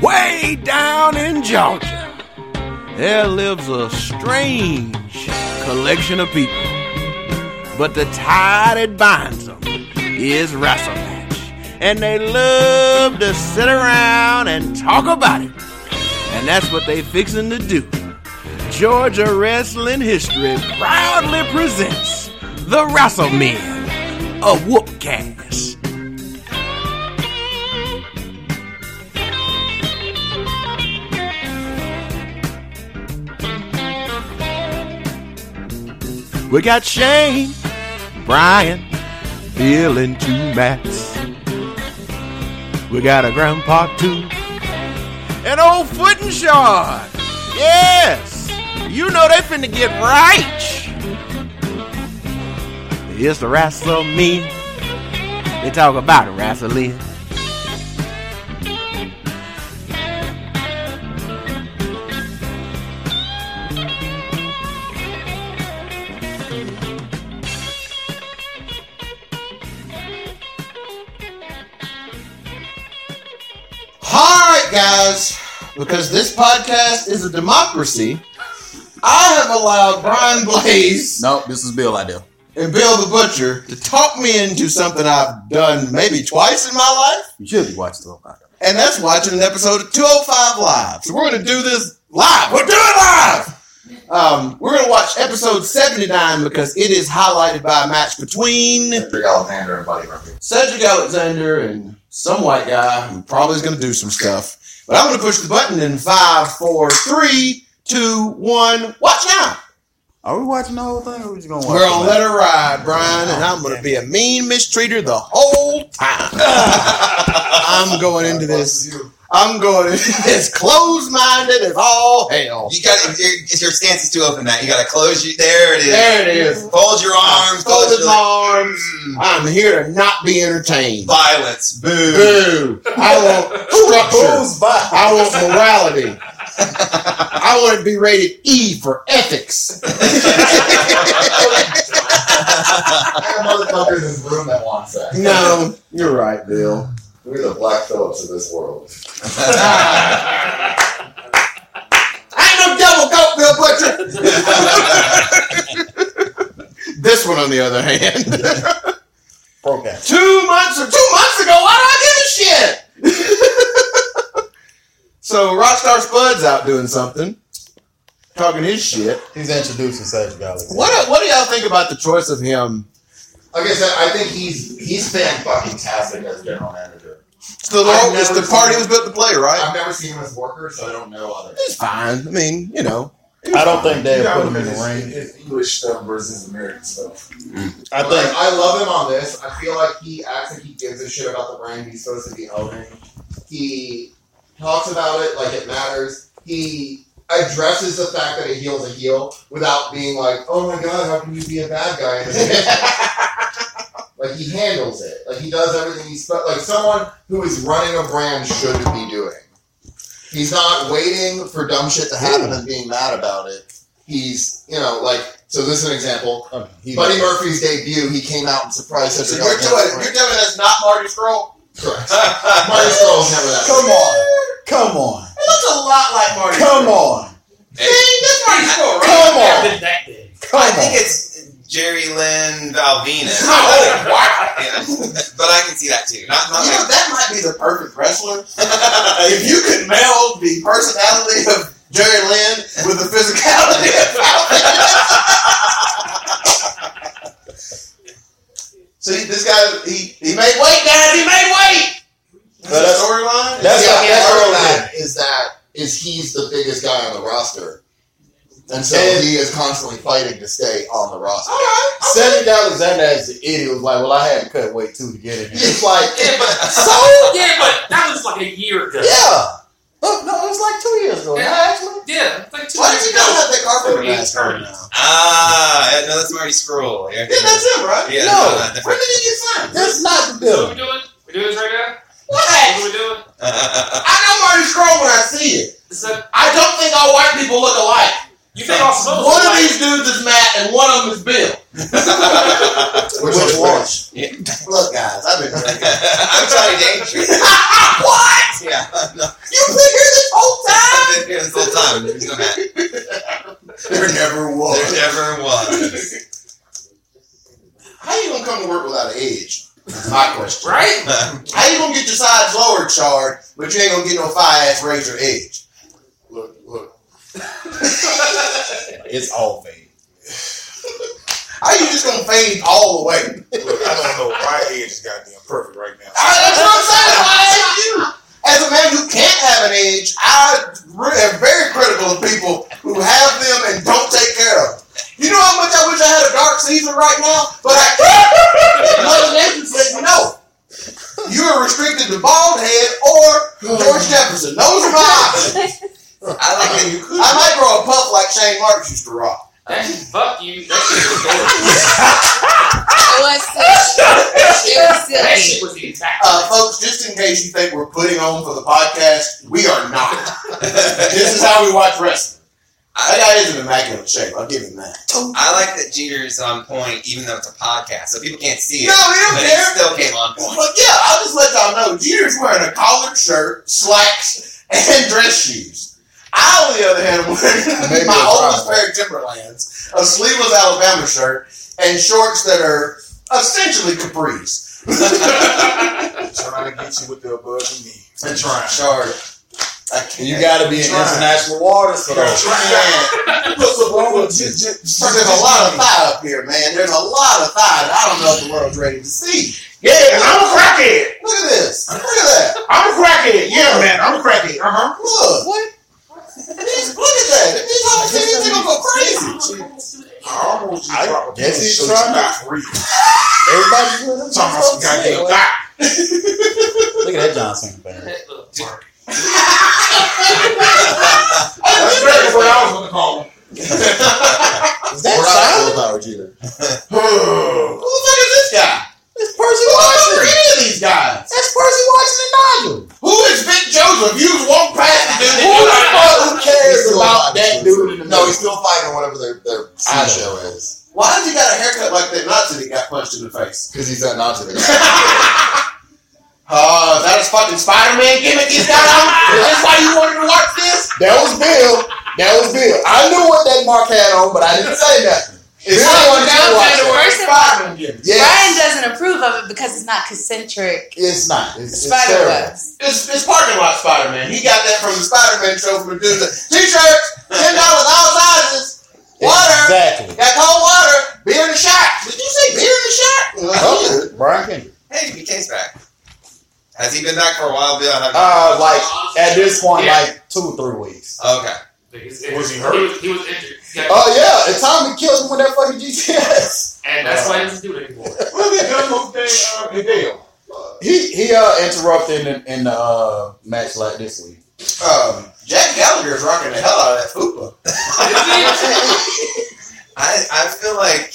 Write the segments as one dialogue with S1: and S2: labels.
S1: way down in Georgia, there lives a strange collection of people. But the tie that binds them is wrestle match. And they love to sit around and talk about it. And that's what they fixing to do. Georgia Wrestling History proudly presents the Wrestle Men, a whoopcast. We got Shane, Brian, Bill, and two Mats. We got a grandpa too, an old foot and shot. Yes, you know they finna get right. It's the wrestle me. They talk about wrestling.
S2: Alright, guys, because this podcast is a democracy, I have allowed Brian Blaze
S3: Nope, this is Bill idea.
S2: and Bill the Butcher to talk me into something I've done maybe twice in my life,
S3: You should be watching the whole podcast.
S2: and that's watching an episode of 205 Live. So we're going to do this live. We're doing live! Um, we're going to watch episode 79 because it is highlighted by a match between
S3: Cedric Alexander and Buddy Murphy.
S2: Cedric Alexander and some white guy who probably is going to do some stuff. But I'm going to push the button in five, four, three, two, one. Watch now.
S3: Are we watching the whole thing or are we just gonna watch
S2: We're going to
S3: it?
S2: let her ride, Brian, and I'm going to be a mean mistreater the whole time. I'm going into this. I'm going into this closed-minded as all hell.
S4: You got if your, if your stance is too open, Matt, you got to close you. There it is.
S2: There it is.
S4: Fold your arms. Fold
S2: Folded
S4: your
S2: my
S4: legs. Mm.
S2: arms. I'm here to not be entertained.
S4: Violence. Boo.
S2: Boo! I want structure.
S3: Who's by?
S2: I want morality. I want to be rated E for ethics.
S5: motherfuckers in the room that wants that.
S2: No, you're right, Bill.
S5: We're the Black Phillips of this world.
S2: I ain't no double goat, Bill Butcher. this one, on the other hand,
S3: Broke that.
S2: two months or two months ago, why do I give a shit? so Rockstar Spud's out doing something, talking his shit.
S3: He's introducing Cedric Alexander.
S2: What What do y'all think about the choice of him?
S5: Like I said, I think he's he's fan fucking tastic as general manager.
S2: It's the,
S5: I've
S2: it's the
S5: never
S2: party
S5: seen-
S2: was built to play, right?
S5: I've never seen him as worker, so I don't know other.
S2: He's fine. I mean, you know.
S3: I don't think they
S5: Yeah,
S3: put him in
S5: because
S3: the ring.
S5: It's English stuff versus American stuff.
S3: I
S5: Like,
S3: think
S5: I love him on this. I feel like he acts like he gives a shit about the brand he's supposed to be owning. He talks about it like it matters. He addresses the fact that a heel's a heel without being like, "Oh my god, how can you be a bad guy?" in this business?" like he handles it. Like he does everything he's sp- like someone who is running a brand should be doing. He's not waiting for dumb shit to happen and being mad about it. He's, you know, like so. This is an example.
S3: he
S5: Buddy Murphy's debut, he came out and surprised such
S2: So
S5: a
S2: you're doing, you're doing this not Marty Scroll.
S5: Correct. Marty Scroll's never that.
S3: Come on. Come on.
S2: It looks a lot like Marty.
S3: Come on.
S2: See, that's Marty Scroll, right?
S3: Come on.
S6: been that big.
S3: Come
S4: I think
S3: on.
S4: it's Jerry Lynn Valvina.
S2: Oh,
S4: Yeah. But I can see that too. Not, not
S2: You know,
S4: like,
S2: that might be the perfect wrestler. if you could meld the personality of Jerry Lynn with the physicality of Falcon. See, this guy, he, he made weight, guys. He made weight. That's
S3: But that's-
S2: the storyline.
S3: that's
S5: yeah,
S3: not-
S5: yeah,
S3: that's
S5: part of
S3: not
S5: that is that is he's the biggest guy on the roster, and so
S3: And-
S5: he is constantly fighting to stay on the roster.
S2: All right.
S3: Cedric Alexander as an idiot was like, well, I had to cut weight too to get in here.
S5: It's like
S6: Yeah, but
S3: So?
S6: yeah, but that was like a year ago.
S3: Yeah. Oh, no, it was like two years ago.
S6: Yeah.
S3: Actually.
S6: Yeah, like two
S2: Why
S6: years
S2: did you
S6: ago.
S2: not have that carpenter
S6: For eight
S2: mask on
S6: turns.
S2: now?
S4: ah, yeah, no, that's Marty Scroll. Yeah,
S2: Yeah, that's him, right?
S4: Yeah,
S3: No.
S4: no, not
S2: When
S4: different.
S2: did he get signed?
S3: That's not the
S6: What
S3: deal.
S6: we doing? We doing this right now?
S2: What?
S6: What we doing?
S2: I know Marty Scroll when I see it.
S6: This is
S2: I don't think all white people look alike.
S6: you think all Samoans
S2: One of
S6: like-
S2: these dudes is Matt, and one of them is Bill.
S5: which one's which?
S2: Look, guys, I've been.
S4: I'm Johnny Danger.
S2: what?
S4: Yeah.
S2: You been here this come to work without an edge? That's my question.
S6: Right?
S2: How you gonna get your sides lowered, Chard, but you ain't gonna get no fire ass razor edge?
S7: Look, look.
S2: It's all fade. How you just gonna fade all the way?
S8: Look, I don't know why Edge is goddamn perfect right now.
S2: I, that's what I'm saying. Why ask you? As a man who can't have an edge, I re- am very critical of people who have them and don't take care of them. You know how much I wish I had a dark season right now, but I can't. Mother Nature said no. You are restricted to bald head or George Jefferson. Those are my options.
S4: I like that you could.
S2: I might grow a puff like Shane Marks used to rock.
S6: That shit, fuck you. That shit was adorable.
S9: was silly. It was
S6: That
S9: silly.
S6: shit was the exact.
S2: Uh, folks, just in case you think we're putting on for the podcast, we are not. this is how we watch wrestling. That guy is in immaculate shape. I'll give him that.
S4: I like that Jeter's on point, even though it's a podcast, so people can't see it.
S2: No, we don't
S4: but
S2: care.
S4: it still came on point.
S2: But yeah, I'll just let y'all know. Jeter's wearing a collared shirt, slacks, and dress shoes. I, on the other hand, am wearing
S7: Maybe
S2: my
S7: a
S2: oldest
S7: problem.
S2: pair of Timberlands, a sleeveless Alabama shirt, and shorts that are essentially capris.
S8: trying to get you with the above your knees.
S2: And
S8: trying.
S2: Shard, I can't.
S10: You gotta be in
S8: Trying.
S10: international waters for that.
S2: Man, look, look, look, look, j- j- there's a lot of thigh up here, man. There's a lot of thigh that I don't know if the world's ready to see.
S8: Yeah, I'm a crackhead.
S2: Look at this. Look at that.
S8: I'm a crackhead. Yeah, man, I'm a crackhead. Uh huh.
S2: Look. What? Look at that. These whole titties are gonna go crazy.
S8: I almost just
S10: I
S8: dropped a
S10: guess he's
S8: so
S10: trying
S8: not real.
S10: Everybody's doing
S8: Talking about some goddamn
S10: Look
S8: thigh.
S10: at that Johnson thing.
S6: That little mark.
S8: That's better what I was gonna call him.
S10: Is that Simon?
S4: about Jeter?
S2: Who the fuck is this guy? This Percy Washington. Who the fuck are any of these guys?
S10: That's Percy Washington Nigel.
S2: Who is Vic Joseph? You just walk past the dude.
S4: Who the
S2: fuck?
S4: Who cares
S7: about
S4: that
S7: dude No, he's still fighting on whatever their, their
S4: I
S7: show is.
S2: Why does he got a haircut like that? Not till he got punched in the face.
S7: Because he's that not to the
S2: Oh, is that his fucking Spider-Man gimmick he's got on? Is this why you wanted to watch this?
S10: That was Bill. That was Bill. I knew what that mark had on, but I didn't say nothing.
S2: It's not one down
S9: watch
S2: to
S9: it.
S2: where
S9: First of
S2: Spider-Man gimmick.
S9: Brian doesn't approve of it because it's not concentric.
S10: It's not.
S9: Spider webs.
S2: It's, it's parking lot Spider-Man. He got that from the Spider-Man show from the dude. that- T-shirts, ten dollars, all sizes, water,
S10: Exactly.
S2: got cold water, beer in the shack. Did you say beer in the shack?
S10: Oh, Brian Kendrick.
S4: Hey, BK's back. Has he been back for a while, Bill? I haven't-
S10: Uh, like at this point,
S6: Yeah.
S10: like two or three weeks.
S4: okay.
S6: He's
S8: Was he
S6: injured.
S8: hurt?
S6: He was, he was injured. Yeah.
S10: Oh yeah, and Tommy killed him with that fucking GTS.
S6: and that's why he doesn't do it anymore.
S8: Look at Gunmo Day, uh, Dale.
S10: He he uh interrupted in, in the uh, match like this week.
S2: Um, Jack Gallagher's rocking the hell out of that fupa.
S4: I, I feel like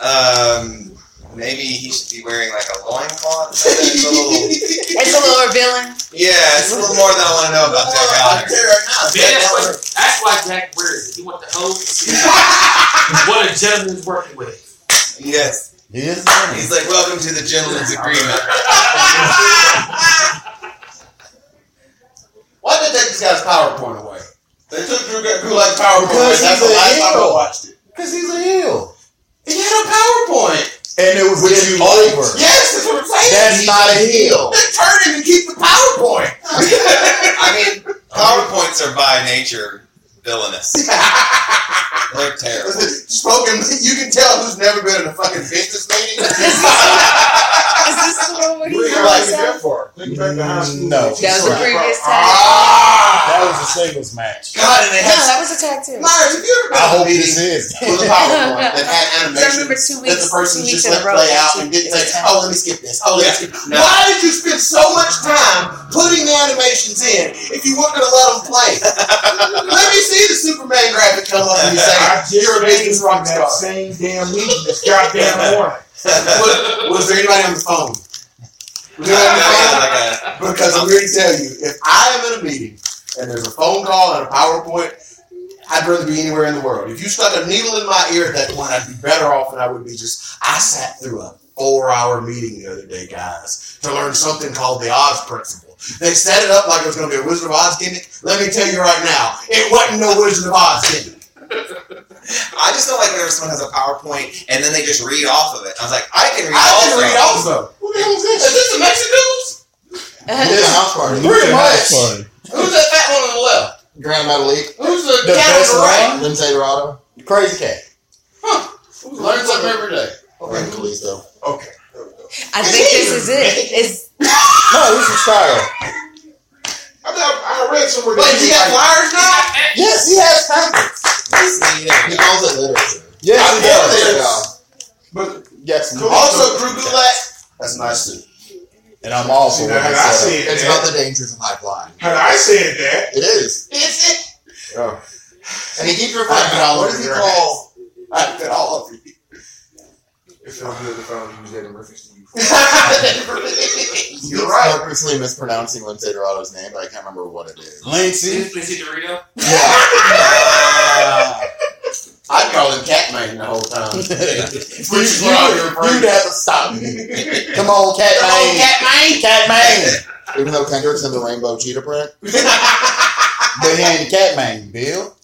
S4: um, maybe he should be wearing like a loincloth. It's a little-
S9: It's a little revealing.
S4: yeah, it's a little more than I want to know about Jack
S2: I
S4: Gallagher.
S2: tell you right now, Jack
S6: that's, why,
S2: Gallagher.
S6: that's why Jack wears it. He wants the hoe. to see what a gentleman's working with.
S4: Yes,
S10: He is
S4: he's like, welcome to the gentleman's agreement.
S2: Why did they take this guy's PowerPoint away? They took Drew Gulak's PowerPoint away.
S10: Because
S2: That's the
S10: he's a
S2: last time I
S10: heel.
S2: watched it.
S10: because he's a heel,
S2: He had a PowerPoint.
S10: and it was just over.
S2: Yes, that's what I'm saying.
S10: That's not a heel.
S2: Then turn him and keep the PowerPoint.
S4: I mean, PowerPoints are by nature villainous. They're terrible.
S2: Spoken, you can tell who's never been in a fucking business meeting.
S9: Is this the one where he
S8: Really
S9: hung
S8: like
S9: himself?
S8: that part. Think back to high school.
S10: No.
S9: That was the previous tag.
S2: ah,
S10: That was a singles match.
S2: God, and they
S9: No,
S2: had
S9: that was a tag too.
S2: Myers. If you ever
S10: I
S2: been to a
S10: hope this
S2: meeting
S10: is.
S2: with a PowerPoint that had
S9: I remember
S2: animation
S9: two
S2: that the
S9: weeks,
S2: person
S9: two
S2: just
S9: weeks in
S2: let
S9: a row.
S2: play out
S9: two-
S2: and didn't
S9: it was
S2: say,
S9: ten.
S2: "Oh, let me skip this." Oh, let me
S4: Yeah.
S2: skip. Why did you spend so much time putting the animations in if you weren't going to let them play? let me see the Superman graphic come up and you say,
S8: I just
S2: "You're a
S8: came
S2: business
S8: from
S2: rock star."
S8: that same damn meeting this goddamn morning.
S2: was, was there anybody on the phone? Was there anybody on the phone?
S4: I feel like
S2: Because I'm here to tell you, if I am in a meeting and there's a phone call and a PowerPoint, I'd rather be anywhere in the world. If you stuck a needle in my ear at that point, I'd be better off than I would be just. I sat through a four hour meeting the other day, guys, to learn something called the Oz Principle. They set it up like it was going to be a Wizard of Oz gimmick. Let me tell you right now, it wasn't no Wizard of Oz gimmick.
S4: I just don't like whenever someone has a PowerPoint and then they just read off of it. I was like, I can read
S2: I
S4: off
S2: can
S4: of
S2: read
S4: it.
S2: also.
S7: Who the hell is
S2: Is this the Mexican dudes?
S7: This house party.
S2: Pretty much.
S5: Sorry.
S2: Who's that fat one on the left?
S7: Grand Metal League.
S2: Who's the,
S5: The
S2: cat on
S5: best
S2: the right?
S7: Lindsay Dorado. Crazy cat.
S2: Who learns something every day?
S7: Over in Calisto.
S2: Okay.
S9: I think this is it. It's
S7: No, this is Chicago.
S2: I, thought I read somewhere.
S4: But he got flyers now?
S7: Yes, he has pamphlets.
S4: Yeah.
S7: He calls it literature.
S5: Yes,
S2: I
S5: it
S2: love this.
S5: does.
S2: But
S5: Yes, it does.
S2: also, Drew Gulak. That's nice too.
S5: and I'm all for
S8: See,
S5: what
S8: now, had I
S5: I said.
S8: said
S7: It's
S8: that,
S7: about the dangers of high flying.
S8: had I said that,
S7: It is.
S2: Is it?
S8: Oh.
S7: And he keeps referring to
S8: What
S7: all
S8: is
S7: of
S8: he
S7: your
S8: called?
S2: I did all of you.
S8: it felt good to finally use that in reference to you.
S7: You're right. purposely mispronouncing Lindsay Dorado's name, but I can't remember what it is.
S5: Lindsay.
S6: Please see Dorito.
S7: Yeah.
S2: I call him Catman the whole time.
S7: you, you, would have to stop me. Come on, Cat Man.
S2: Catman.
S7: Cat Man. Even though Kendrick's in the rainbow cheetah print, but he ain't Cat Man, Bill.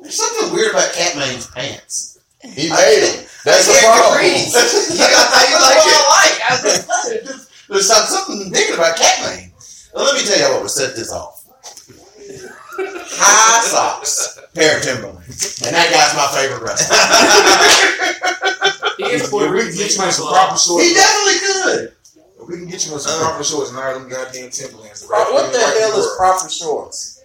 S2: There's something weird about Catman's pants.
S7: He made him. That's
S2: I
S7: the
S2: can't
S7: problem.
S2: breathe. yeah, I thought you liked it. I was like, "Huh, it just- There's some- something different about Catman. Well, let me tell you what would set this off. High socks, pair of Timberlands, and that guy's my favorite wrestler.
S6: He is
S8: If we
S6: Puerto
S8: can
S6: Rican.
S8: get you in some proper shorts,
S2: he definitely could.
S8: if we can get you in some proper shorts and all them goddamn Timberlands.
S2: Uh,
S5: What the hell is proper shorts?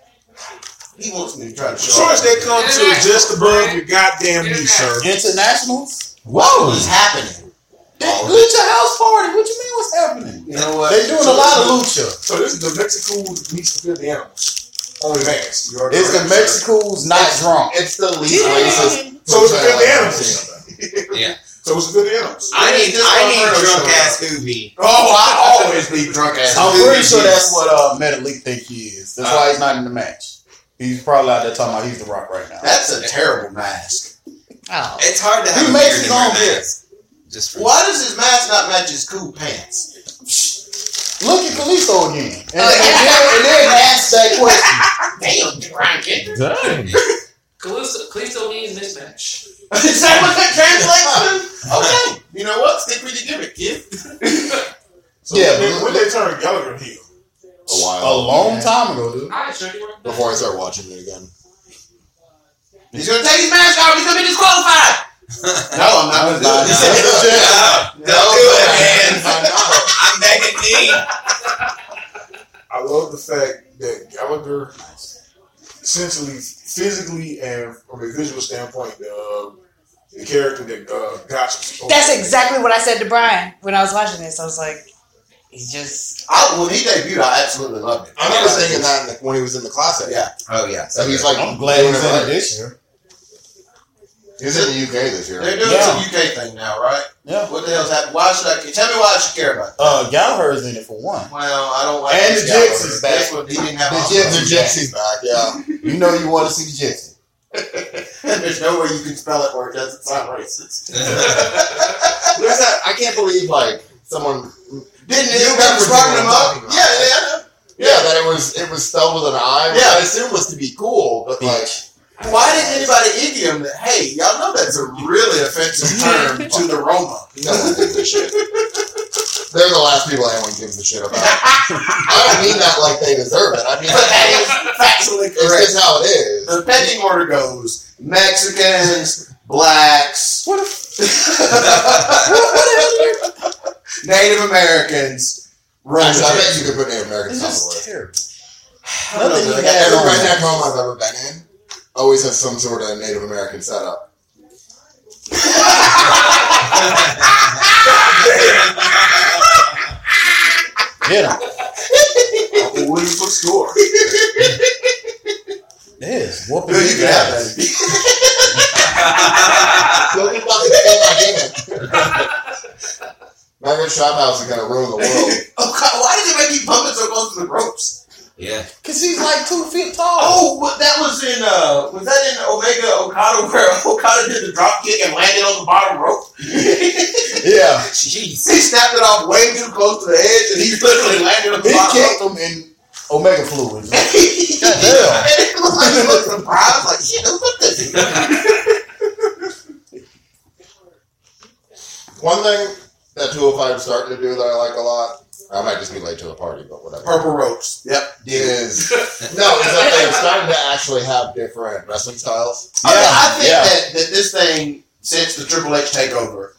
S2: He wants me to try to show.
S8: Shorts
S2: off.
S8: that come to just above your goddamn knee, sir.
S5: Internationals?
S2: Whoa, what's happening?
S5: That good to house party. What you mean? What's happening?
S8: You know what?
S5: They doing a lot of lucha.
S8: So this is the Mexico meets the filthy animals. Only mass. You already
S5: It's the
S8: heard that, sir.
S5: Mexicans not drunk.
S7: It's the least racist.
S8: So it's the
S7: thing
S8: filthy
S7: I've
S8: animals. So it's the filthy animals.
S4: I need,
S2: This
S4: I need
S2: one first,
S4: drunk
S2: uh,
S4: ass Hoovy.
S2: Oh, I always be drunk ass.
S5: I'm pretty sure that's what uh, Metalik think he is. That's why he's not in the match. He's probably out there talking about he's the rock right now.
S2: That's a terrible mask.
S9: oh.
S4: It's hard to have
S5: He
S4: a
S5: makes
S4: beard
S5: his
S4: in your
S5: own
S4: mouth.
S5: beer.
S4: Just for
S2: Why does his mask not match his cool pants?
S5: Look at Kalisto again. And,
S9: Oh,
S5: and then, and then ask that question.
S2: Damn, drunken.
S5: Dang.
S6: Kalisto, Kalisto means mismatch.
S2: Is that what that translates to? Okay. You know what? Stick with your gimmick, kid.
S8: So
S5: Yeah,
S8: yeah, when,
S5: but-
S8: they, when they turn Gallagher heel,
S7: A while.
S5: A long time ago, dude.
S6: Alright, Chucky, we're back.
S7: Before I start watching it again.
S2: He's gonna take his mask off. He's gonna be disqualified. No, I'm not gonna do it.
S5: He
S4: Don't do
S5: said,
S4: it, man.
S2: I
S4: I'm begging me.
S8: I love the fact that Gallagher essentially physically and from a visual standpoint, uh, the character that uh, Gotch was supposed to
S9: That's
S8: be.
S9: exactly what I said to Brian when I was watching this. I was like, he's just.
S2: when he debuted, I absolutely loved it.
S7: I remember thinking that in the, when he was in the closet.
S2: Yeah.
S4: Oh, yeah.
S7: So he's like,
S5: I'm glad he's in it this year.
S7: He was in the UK this year.
S2: They're doing
S5: Yeah.
S2: some UK thing now, right?
S5: Yeah.
S2: What the hell's happening? Why should I care? Tell me why I should care about
S5: Uh, Gallagher's in it for one.
S2: it. Well, I don't like
S5: And
S2: this
S5: the
S2: guy.
S5: Jets is
S2: That's what he didn't have.
S7: The
S2: all
S7: Jets,
S2: of
S7: the Gypsy's back, yeah.
S5: You know you want to see the Jets.
S2: them. There's no way you can spell it where it doesn't sound racist.
S7: There's that, I can't believe, like, someone.
S2: Didn't
S7: You
S2: you
S7: remember
S2: was
S7: what
S2: talking
S7: I'm
S2: him up?
S7: talking about.
S2: Yeah, yeah.
S7: Yeah, that it was it was spelled with an I, which
S2: Yeah.
S7: I assume was to be cool, but like,
S2: Why didn't anybody idiom that? Hey, y'all know that's a really offensive term to the Roma.
S7: no one gives a shit. They're the last people anyone gives a shit about. I don't mean that like they deserve it. I mean,
S2: But that is factually
S7: it's
S2: correct.
S7: just how it is.
S2: The pecking order goes Mexicans, blacks,
S5: What
S2: Native Americans, Romans.
S7: Actually, I bet you could put Native Americans
S5: It's
S7: on the list.
S5: just terrible.
S2: I don't know,
S5: Nothing
S2: like,
S5: you had
S7: Every
S5: on there.
S7: redneck home I've ever been in always has some sort of Native American setup.
S5: Hit him.
S8: Uncle William for score.
S5: Yes. Whooping
S2: Bill, you
S5: his
S2: can have
S5: ass.
S2: that.
S7: Don't you fucking steal my gimmick. Margaret Shophouse is gonna ruin the world.
S2: Oh God, why did they make you bump it so close to the ropes?
S4: Yeah.
S5: Cause he's like two feet
S2: Oh,
S5: tall.
S2: what, that was in uh, was that in Omega Okada where Okada did the drop kick and landed on the bottom rope? he
S5: Yeah.
S4: Jeez.
S2: snapped it off way too close to the edge, and he literally landed on the
S5: He
S2: bottom rope.
S5: kicked him and Omega fluids.
S2: and it was like, he looked surprised, like, shit, what the?
S7: One thing that 205 is starting to do that I like a lot, I might just be late to the party, but whatever.
S8: Purple ropes.
S7: Is, no, is that they're starting to actually have different wrestling styles.
S2: I, mean, I think
S5: yeah.
S2: that, that this thing, since the Triple H takeover,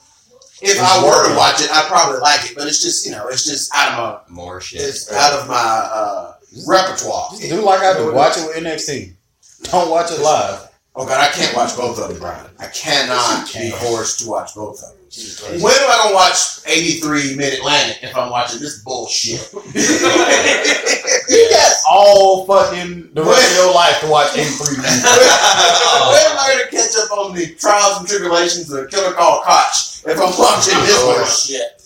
S2: if
S7: It's
S2: I were
S7: working.
S2: to watch it, I'd probably like it. But it's just, you know, it's just out of
S4: More
S2: my,
S4: shit.
S2: it's out of my uh, repertoire.
S5: Just do like I do. Watch it with NXT. Don't watch it live.
S2: Oh God, I can't watch both of them, Brian. I cannot
S5: Yes, you
S2: be
S5: can.
S2: forced to watch both of them. When am I gonna watch 83 Mid Atlantic if I'm watching this bullshit?
S5: You got all fucking the rest of your life to watch in three minutes. Oh.
S2: When am I gonna catch up on the trials and tribulations of Killer Call Koch if I'm watching this bullshit?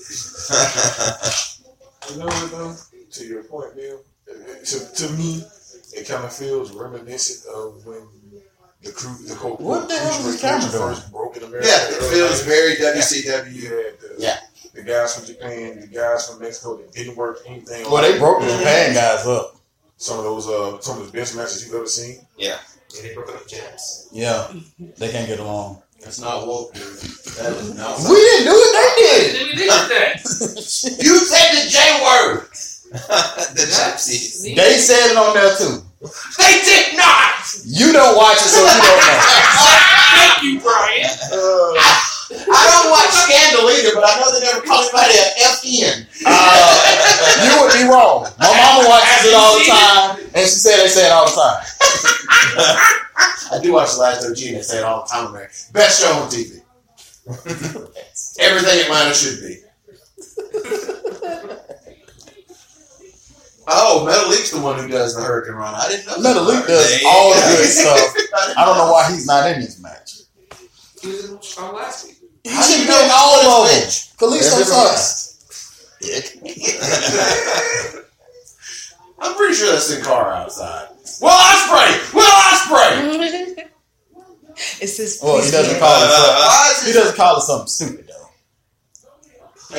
S8: You know what though? To your point, Bill. it- it- To, to me, it kind of feels reminiscent of when the crew, the co-
S5: What the
S8: cruiserweight
S5: hell is this
S8: division
S5: camera doing?
S8: first broke in America.
S2: Yeah, it feels very
S8: You
S2: WCW.
S8: had the,
S2: Yeah.
S8: the guys from Japan, the guys from Mexico that didn't work anything.
S5: Well, they broke the Japan guys up.
S8: some of those uh some of the best matches you've ever seen.
S6: Yeah, they broke up jams.
S5: Yeah, they can't get along.
S2: That's not woke, dude. That is not.
S5: We didn't do it.
S6: They did that.
S2: You said the J word.
S4: the gypsy.
S5: They did. They said it on there too.
S2: They did not.
S5: You don't watch it, so you don't know.
S6: Thank you, Brian.
S2: I don't watch Scandal either, but I know they never call anybody an FN.
S5: Uh, you would be wrong. My mama watches it all the time, and she said they say it all the time.
S2: I do watch The Last OG and they say it all the time, man. Best show on TV. Everything it mine should be. oh, Metal Leak's the one who does the Hurricane Run. I didn't know. that.
S5: Little Luke does all the good stuff. I don't know why he's not in this match.
S6: He was in from last week.
S5: He should be in all of them. Kalisto
S7: Everybody.
S5: sucks.
S2: I'm pretty sure that's in car outside. Well, I spray. Well, I spray.
S9: it's this.
S5: Well, he doesn't
S9: piece
S10: Uh,
S5: call it.
S2: Why is
S5: He
S2: it-
S5: doesn't call it something stupid though.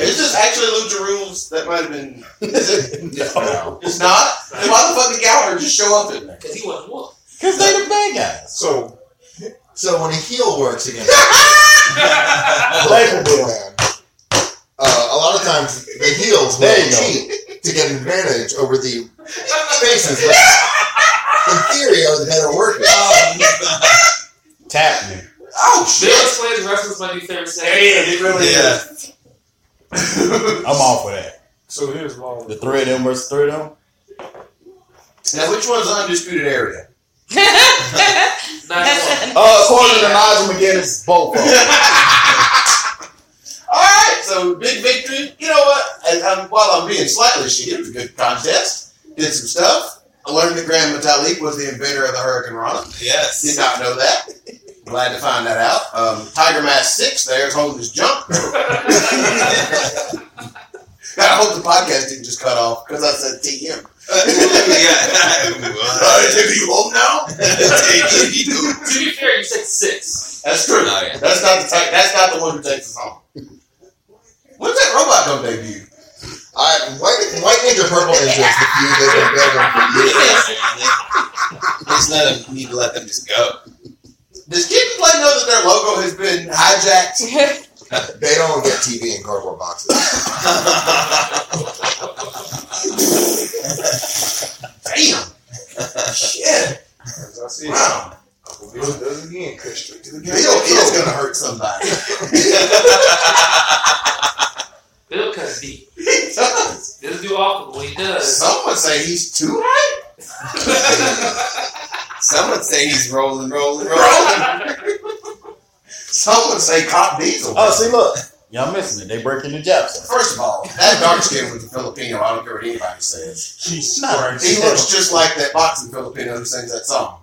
S2: Is this actually Lucha rules? That might have been. Is it?
S5: No,
S2: It's not. Then why the fuck did Gallagher just show up in there?
S6: Because he wasn't one.
S5: because they the bad guys.
S8: So
S10: So when a heel works again,
S5: Label bill.
S7: Man. Uh, a lot of times the heels will
S5: There you go.
S7: cheat to get an advantage over the faces that, in theory, are the better workers.
S5: Tap me.
S2: Oh
S6: Bill
S2: shit!
S6: explains wrestling's my new favorite segment.
S2: There he is. It really uh,
S4: Yeah.
S2: is.
S5: I'm all for that.
S8: so here's my own
S5: The three of them versus three of them.
S2: Now, which one's the undisputed area?
S6: Nice
S5: Uh, according to Nigel McGuinness, both of them.
S2: All right, so big victory. You know what? And, um, while I'm being slightly shit, it was a good contest. Did some stuff. I learned that Grand Metalik was the inventor of the Hurricane Rana. Did
S4: Yes.
S2: not know that. Glad to find that out. Um, Tiger Mask 6 there is holding his jump. God, I hope the podcast didn't just cut off because I said TM.
S4: yeah.
S2: taking you home now?
S6: one. To be fair, you said six.
S2: That's true.
S4: Oh, yeah.
S2: That's not the type, that's not the one who takes us home. When's that robot gonna debut?
S7: I, white, white Ninja Purple Ninja is the few that have been building for years.
S4: Just let them. Need to let them just go.
S2: Does Kid and Play know that their logo has been hijacked?
S9: here.
S7: They don't get TV in cardboard boxes.
S2: Damn. Shit.
S8: as I see it.
S2: Wow.
S8: Uncle Bill does it again, cut straight to the
S2: Bill
S8: game.
S2: is gonna hurt somebody.
S6: Bill cuts deep.
S2: He does.
S6: Doesn't do awful, but when he does,
S2: Someone say he's too high.
S4: Someone say he's rolling, rolling, rolling.
S2: Rolling. Someone say Cop Diesel.
S5: Oh, see, look, y'all missing it. They breaking the Japs.
S2: First of all, that dark skin was a Filipino. I don't care what anybody says.
S8: Jesus
S5: Nah.
S8: Christ.
S2: He looks just like that boxing Filipino who sings that song.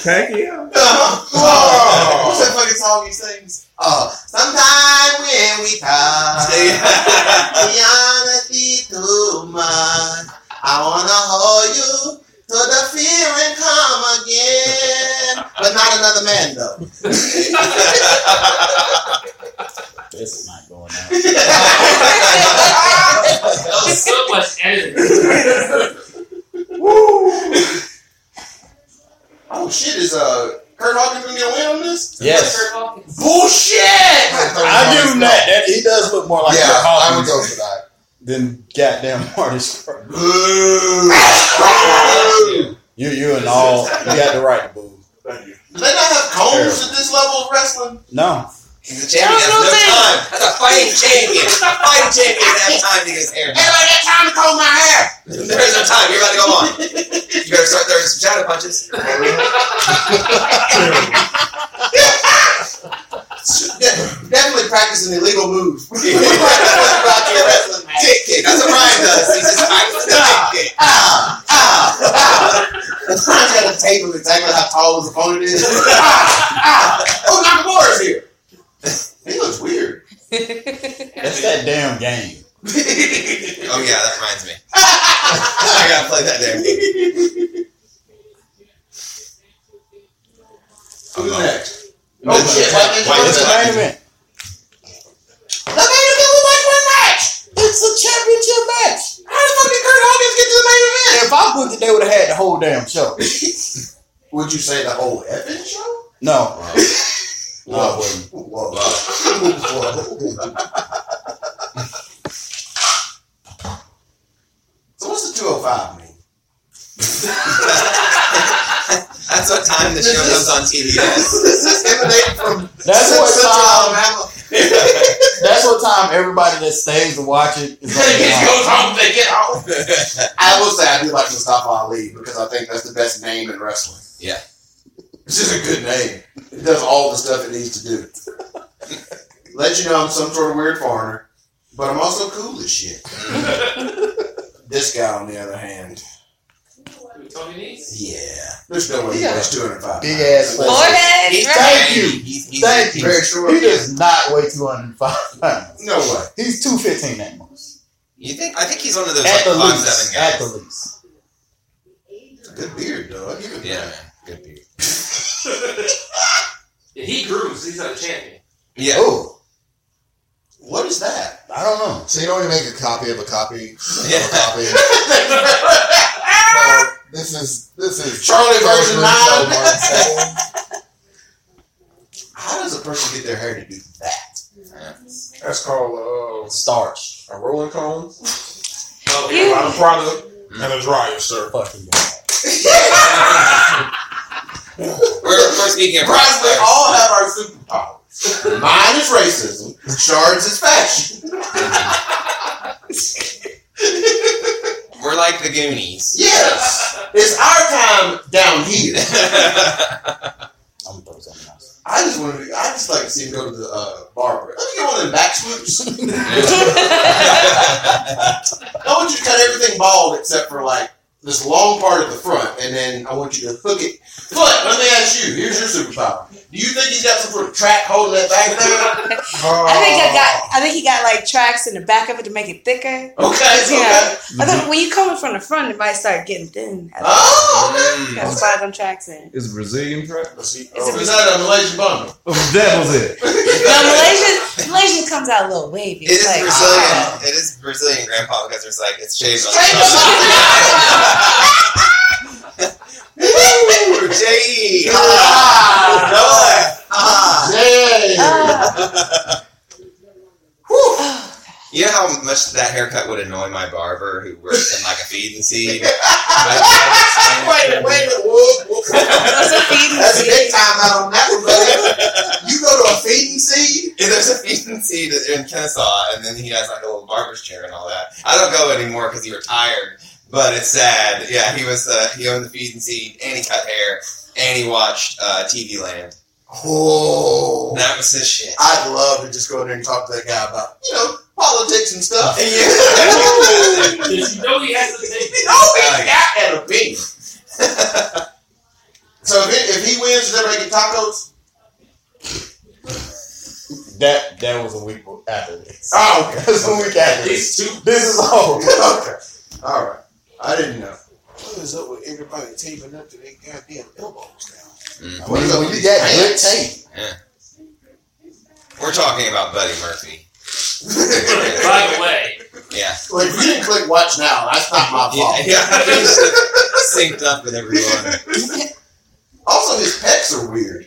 S8: Thank you.
S2: Oh, What's that fucking song he sings? Oh, sometime when we talk, the honesty too much. I wanna hold you till the feeling come again, but not another man though.
S5: This is not going out.
S2: That was Oh, uh,
S5: Yes.
S9: Kurt Hawkins.
S2: Bullshit!
S5: I give him that. that. He does look more like
S10: Yeah,
S5: Kirk
S10: I would
S5: Hawkins
S10: go for that.
S5: than goddamn Marcus. Carter.
S2: Boo.
S5: You, you and all, you got the right, boo.
S8: Thank you.
S2: Do they not have combs at this level of wrestling?
S5: No,
S4: He's a champion. That's
S9: That's
S4: no
S9: what I'm saying.
S4: time. That's a fighting champion. A fighting champion doesn't have time to get his hair done.
S2: Everybody got time to comb my hair.
S4: There is no time. You're about to go on. You better start throwing some shadow punches.
S2: De- definitely practicing illegal moves.
S4: Rocky wrestling. Dick kick. That's what Ryan does. He just practices the dick kick.
S2: ah, ah, ah. Ryan's got a table exactly how tall his opponent is. ah, ah. Oh, Nakamura's here. He looks weird.
S5: that's that damn game.
S4: Oh yeah, that reminds me. I gotta play that damn game.
S2: Who's next?
S5: No,
S2: Oh, shit. Lightning
S4: Wait,
S5: It's
S2: Johnson.
S5: a main event.
S2: The main event was like one match.
S5: It's a championship match.
S2: How the fuck did Kurt Hawkins get to the main event?
S5: If I booked it, they would have had the whole damn show.
S2: Would you say the whole Evan show?
S5: No, no, I wouldn't.
S2: Whoa. so what's the 205 mean?
S4: That's what time the show goes on TBS.
S2: This is emanating from
S5: That's
S2: Central
S5: what time.
S2: Alabama.
S5: That's what time everybody that stays to watch it is going to
S2: It
S5: be on.
S2: goes home, they get home. I will say I do like Mustafa Ali because I think that's the best name in wrestling.
S4: Yeah.
S2: It's just a good name. It does all the stuff it needs to do. Let you know I'm some sort of weird foreigner, but I'm also cool as shit. this guy, on the other hand,
S6: Tony Nese?
S2: yeah. There's no way he
S5: Yeah.
S2: has 205.
S5: Big ass
S2: Unless-
S9: Forehead,
S4: He's
S9: right?
S5: Thank you.
S4: He's, he's,
S5: Thank you.
S2: Very sure.
S5: He does not weigh 205 pounds.
S2: No way.
S5: He's 215 at most.
S4: You think? I think he's one of those
S5: At
S4: like
S5: the
S4: five
S5: least.
S4: seven
S5: At the
S4: guys.
S5: least.
S2: Good beard, though. I give it
S4: Yeah, man. Good beard.
S6: Yeah, he grooves. He's not a champion.
S4: Yeah.
S5: Oh,
S2: What is that?
S5: I don't know.
S10: So you don't even make a copy of a copy.
S4: Yeah.
S10: Of a copy. So this is this is
S2: Charlie version
S10: Charlie
S2: nine.
S10: version nine.
S2: How does a person get their hair to do that?
S8: That's called
S5: Starch.
S8: uh, a rolling comb,
S6: Oh,
S8: a
S9: You-
S8: lot of product, and a dryer, sir.
S5: Fucking
S4: We're, we're speaking of
S2: Right, we
S4: wrestlers.
S2: all have our superpowers. Mine is racism. Shards is fashion.
S4: We're like the Goonies.
S2: Yes, it's our time down here.
S5: I'm going to throw something else.
S2: I just want to. I just like to see him go to the uh, barber. Let me get one of them back swoops. I want you to cut everything bald except for like this long part at the front, and then I want you to hook it. But let me ask you. Here's your superpower. Do you think he's got some sort of track holding that back down?
S9: I think I got. I think he got like tracks in the back of it to make it thicker.
S2: Okay,
S9: 'Cause, you know,
S2: okay.
S9: I thought when you coming from the front, it might start getting thin. I thought
S2: Oh,
S4: Mm.
S9: you gotta slide them tracks in.
S11: It's Brazilian trap.
S2: okay. Was that Oh, a Malaysian bundle?
S11: Oh, That was it.
S9: Now Malaysian, Malaysian comes out a little wavy.
S4: It is
S9: like,
S4: Brazilian.
S9: ah.
S4: it is Brazilian grandpa because there's like it's shaved on
S2: Shaved
S4: the top. J E.
S2: Ah,
S4: Ah, no.
S2: Uh-huh.
S4: Ah.
S2: yeah.
S9: Ah.
S4: You know how much that haircut would annoy my barber who works in like a feed and seed. Wait,
S2: Wait, wait, wait. whoa, whoa.
S9: That's a feeding
S2: That's a
S9: season.
S2: big time out on that one, buddy. You go to a feeding seed?
S4: Yeah, there's a feed and seed in Kennesaw, and then he has like a little barber's chair and all that. I don't go anymore because he retired, but it's sad. Yeah, he was uh, he owned the feed and seed, and he cut hair, and he watched uh, TV Land.
S2: Oh,
S4: That was his shit.
S2: I'd love to just go in there and talk to that guy about, you know, politics and stuff.
S4: Yeah.
S6: Because you know he has to take it.
S2: No, he's got an opinion. So if, it, if he wins, is everybody get tacos?
S5: That, that was a week after this.
S2: Oh, okay.
S5: That's a week after this.
S6: These two.
S5: This is over.
S2: okay. All right. I didn't know.
S8: What is up with everybody taping up to their goddamn elbows now?
S5: When you, when you got good tape.
S4: We're talking about Buddy Murphy.
S6: By the way,
S4: Yeah,
S2: Like, if you didn't click watch now, that's not my fault.
S4: yeah, yeah. He's synced up with everyone.
S2: Also, his pecs are weird.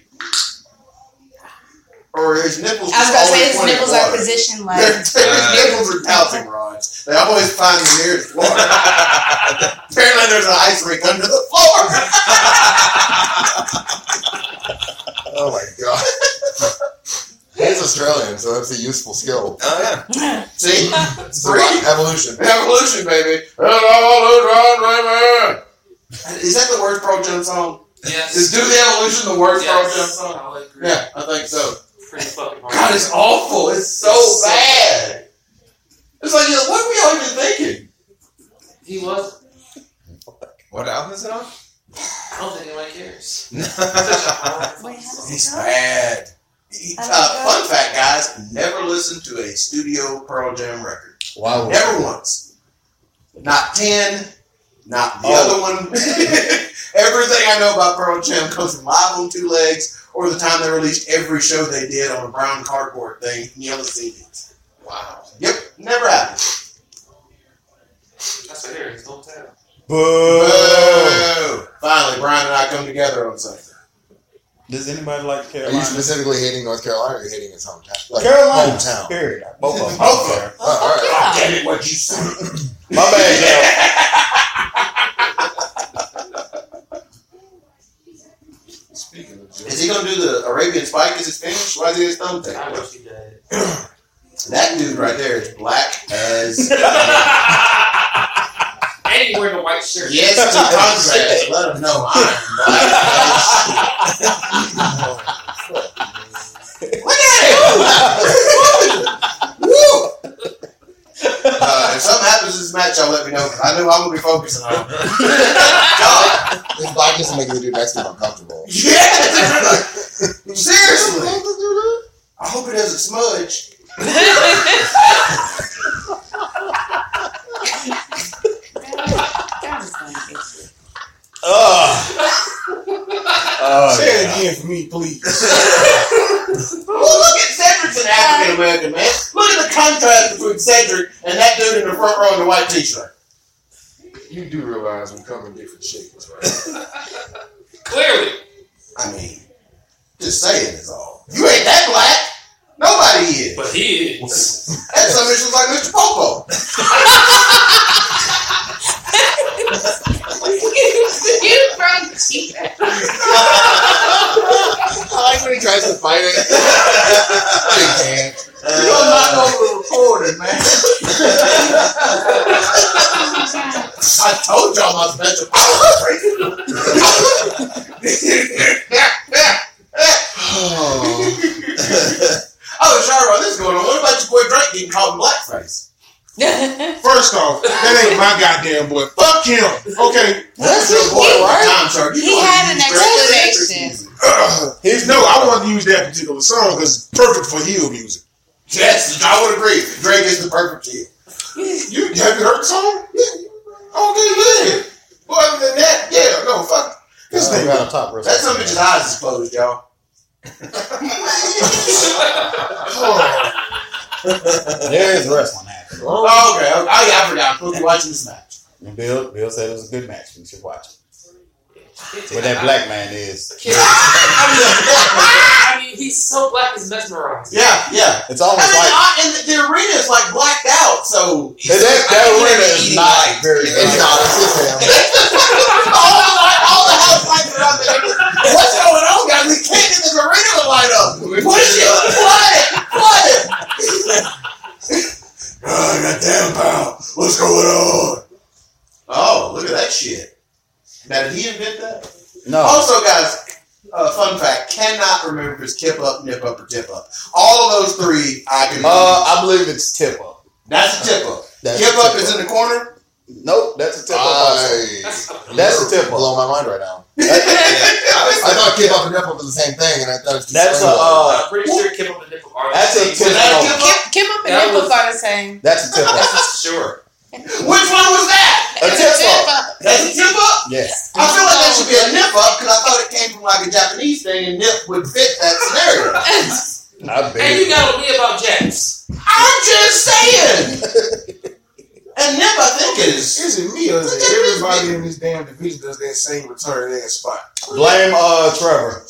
S2: or his nipples.
S9: I was about to say
S2: always
S9: his
S2: pointed
S9: nipples
S2: at
S9: are
S2: water.
S9: positioned like.
S2: Their, their nipples are pouting rods. They always find them near the floor. Apparently, there's an ice rink under the floor.
S10: Oh my god. He's Australian, so that's a useful skill.
S4: Oh
S9: yeah.
S2: See,
S10: Survi- Evolution.
S2: evolution, baby. Hello, John Raymond. Is that the word pro Jones song?
S6: Yes.
S2: Is do the evolution the word
S6: Yes.
S2: pro Jones song?
S6: I agree.
S2: Yeah, I think so.
S6: Pretty fucking hard.
S2: God, it's awful. It's so bad. It's like, yeah, what are we all even thinking?
S6: He was.
S4: What album is it on?
S6: I don't think anybody cares.
S9: Wait, how does it
S2: It's
S9: go?
S2: bad.
S9: I don't
S2: Uh,
S9: know.
S2: fun fact, guys: never listen to a studio Pearl Jam record.
S5: Why would
S2: Never once. Not ten. Not the
S5: Oh.
S2: other one. Everything I know about Pearl Jam comes from Live on Two Legs or the time they released every show they did on a brown cardboard thing from yellow CDs. Wow. Yep. Never happened.
S6: That's what it is. Don't tell.
S2: Boo. Finally, Brian and I come together on something.
S5: Does anybody like
S10: Are you
S5: Carolina?
S10: specifically hating North Carolina or are you hating his hometown? Like,
S5: Carolina.
S10: Hometown.
S5: Period. Both of them.
S2: Both of
S5: Both
S10: Oh, all right.
S9: Yeah.
S2: Damn it! What you say?
S5: My bad,
S4: Speaking of
S2: Is he gonna do the Arabian Spike as his finish? Why is he his thumb tape?
S6: I wish he did.
S2: That dude right there is black as
S6: And he wearing a white shirt.
S2: yes to contrast. Let him know I'm black as shit. Look at him! Woo! Uh, if something happens in this match, y'all let me know. 'cause I know I'm gonna be focusing on. it. God,
S10: His blackness is making the dude next to him uncomfortable.
S2: yes! Seriously, I hope it doesn't smudge.
S9: God is going to get you.
S8: Say it
S5: oh,
S8: again for me, please.
S2: Well, look at Cedric's an African American man. Look at the contrast between Cedric and that dude in the front row in the white t-shirt.
S8: You do realize we come in different shapes, right?
S6: Clearly.
S2: I mean, just saying is all. You ain't that black. Nobody is.
S6: But he is.
S2: That some bitch was like Mr. Popo.
S9: you from Chile.
S10: I like when he tries to fight it. Big hand.
S2: You know, I'm not over recorded, man. I told y'all my special powers.
S10: Oh.
S2: oh, sorry about this going on. What about your boy Drake getting called blackface?
S8: First off, that ain't my goddamn boy. Fuck him. Okay.
S2: That's your boy, right? Time, sir. You
S9: He
S2: know
S9: had
S2: you
S9: an
S2: dress
S9: explanation.
S2: like this.
S8: Ugh. no, I wanted to use that particular song because it's perfect for heel music.
S2: Yes, I would agree. Drake is the perfect kid.
S8: You have you heard the song?
S2: Okay, Oh, yeah. Well, other than that, yeah, no, fuck.
S8: This
S5: yeah.
S8: thing.
S5: got a top wrist.
S2: That's some bitch's eyes is closed, y'all.
S8: Oh,
S5: There is wrestling happening.
S2: Oh, okay. Oh, yeah, I forgot. I'm supposed to be watching this match.
S5: And Bill, Bill said it was a good match. You should watch it. But that black man is.
S6: I mean, he's so black, he's mesmerized.
S2: Yeah, yeah.
S5: It's
S2: I mean,
S5: almost like
S2: I, and the, the arena is like blacked out, so.
S5: that, that arena is
S2: Eating
S5: not
S2: light.
S5: very
S10: It's
S5: good.
S10: not. It's his family.
S2: all, the, light- all the house lights are up there. What's going on, guys? We can't get this arena to light up. Push it. Flood it. Flood it. oh, goddamn, pal. What's going on? Oh, look at that shit. Now, did he invent that?
S10: Oh.
S5: No,
S2: Also, guys, uh, fun fact: cannot remember if it's kip up, nip up, or tip up. All of those three, I can.
S5: uh, I believe it's tip up.
S2: that's a tip up.
S5: That's
S2: Kip
S5: a
S2: up
S5: tip
S2: is in the corner.
S5: Nope, that's a tip up. also.
S10: I-
S5: That's a tip up.
S10: Blow my mind right now.
S4: I
S10: I thought Kip Up and Nip Up were the same thing, and I thought it's
S5: That's a uh,
S6: I'm pretty sure Kim up and Nipple are the
S5: That's a
S6: same.
S5: tip.
S2: Is that a kip up?
S9: Kim up and
S6: That
S9: Nipples
S6: was-
S9: are the same.
S5: that's a tip up.
S2: Sure. Which one was that?
S5: A tip up.
S2: That's a tip up.
S5: Yes.
S2: I feel like that should be a nip up because I thought it came from like a Japanese thing, and nip would fit that scenario.
S5: I
S6: And
S5: bet.
S6: you got with me about Jax.
S2: I'm just saying. And nip, I think is.
S8: is it me or is it everybody in this damn division does that same return ass spot?
S5: Blame uh Trevor.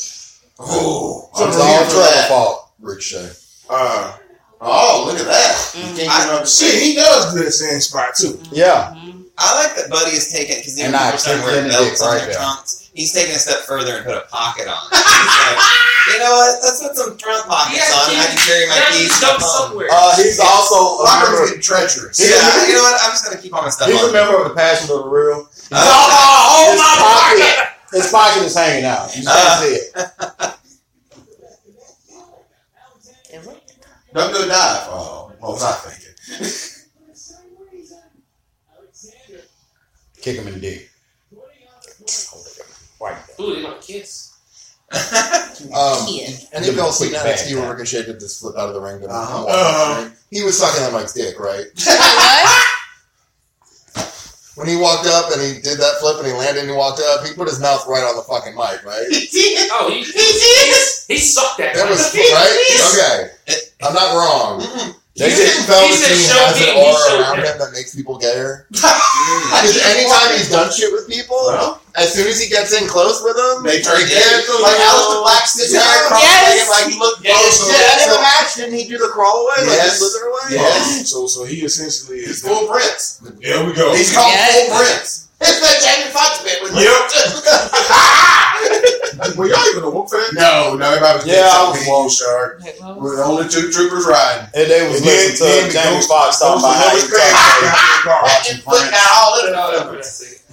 S2: Oh,
S5: It's all Trevor fault.
S10: Ricochet.
S8: Uh,
S10: Oh, look at that.
S8: You
S4: can't get
S8: I, see, he does good at saying spot too.
S5: Yeah.
S4: I like that Buddy is taking because he
S5: And I
S4: was starting to wear
S5: kicked in the
S4: belts
S5: dick
S4: on
S5: right
S4: their
S5: there.
S4: trunks. He's taking a step further and put a pocket on. He's like, you know what? Let's put some front pockets
S6: Yeah,
S4: on. and I can carry my
S6: yeah,
S4: keys.
S6: just
S4: and my
S6: dump
S4: phone."
S6: somewhere.
S5: Uh, he's also a
S10: Locker
S5: member,
S10: room's getting treacherous.
S5: He's
S4: Yeah,
S5: a-
S4: you know what? I'm just gonna keep all my stuff
S5: he's
S4: on.
S5: a member of the Passion of the Real.
S4: Oh,
S5: his pocket, his pocket is hanging out. You
S4: Uh.
S5: can't see it.
S10: Don't do a dive. Oh, what was I thinking?
S5: Kick him in the dick. Right.
S6: Ooh, they gonna kiss.
S10: Um,
S9: Yeah.
S10: and if y'all seen
S5: Quick back.
S10: NXT where Ricochet did this flip out of the ring, but
S2: Uh-huh.
S8: Uh-huh.
S10: he was sucking on Mike's dick, right?
S9: what?
S10: When he walked up and he did that flip and he landed and he walked up, he put his mouth right on the fucking mic, right?
S6: Oh, he, he, sucked that.
S10: That
S6: mic.
S10: was right. Okay, I'm not wrong.
S5: They
S10: You
S5: said-
S10: can tell
S6: he
S10: that
S6: said
S10: he
S6: show
S10: has
S6: me,
S10: an
S6: he
S10: aura
S6: showed
S10: around
S6: me.
S10: him that makes people gayer.
S4: Mm.
S10: Because anytime he's done shit with people, as soon as he gets in close with them,
S4: They turn
S10: yeah,
S4: gay.
S10: like Alice the Black sitting there
S9: Yes.
S10: cross-legged, like he looked
S4: Yes.
S10: close.
S4: Yeah, I never
S10: match. Didn't he do the crawl away?
S4: Like, he
S10: Yes.
S4: slithered
S10: Yes.
S8: So, so he essentially is.
S10: He's full Prince.
S8: There we go.
S10: He's called
S9: Yes.
S10: full Prince.
S2: It's that Jamie Foxx bit with
S8: Were y'all even awoke for that?
S10: No, no, everybody was
S5: Yeah, I was
S10: wrong, shark.
S9: Wait, what was-
S10: We're the only two troopers riding.
S5: And they was
S8: And then-
S5: listening to Jamie
S8: then the ghost-
S5: Foxx talking about how he
S8: Those
S5: talked
S8: were
S5: about
S8: crazy.
S5: watching
S2: Foot
S5: Prince.
S2: got all in it.
S6: No, no, that's it.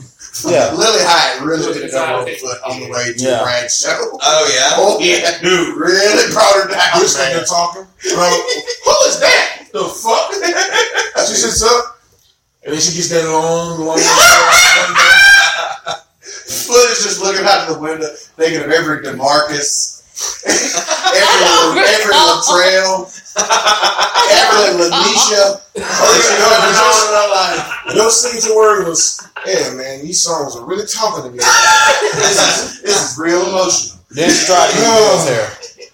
S5: Yeah.
S10: Lily Hyatt really did a double foot on the way to
S5: Yeah.
S10: Brad's show.
S4: Oh yeah.
S10: Oh yeah, dude, really brought her down.
S8: This
S10: man.
S8: nigga talking.
S10: Who is that? The fuck?
S8: She sits up, and then she gets that long, long. long-
S10: Foot is just looking out the window, thinking of every Demarcus, every every Latrell, every Lanisha. Oh,
S8: Your signature word was, "Yeah, man, these songs are really talking to me."
S10: this is this is real emotion.
S5: Then you try to eat Bill's hair.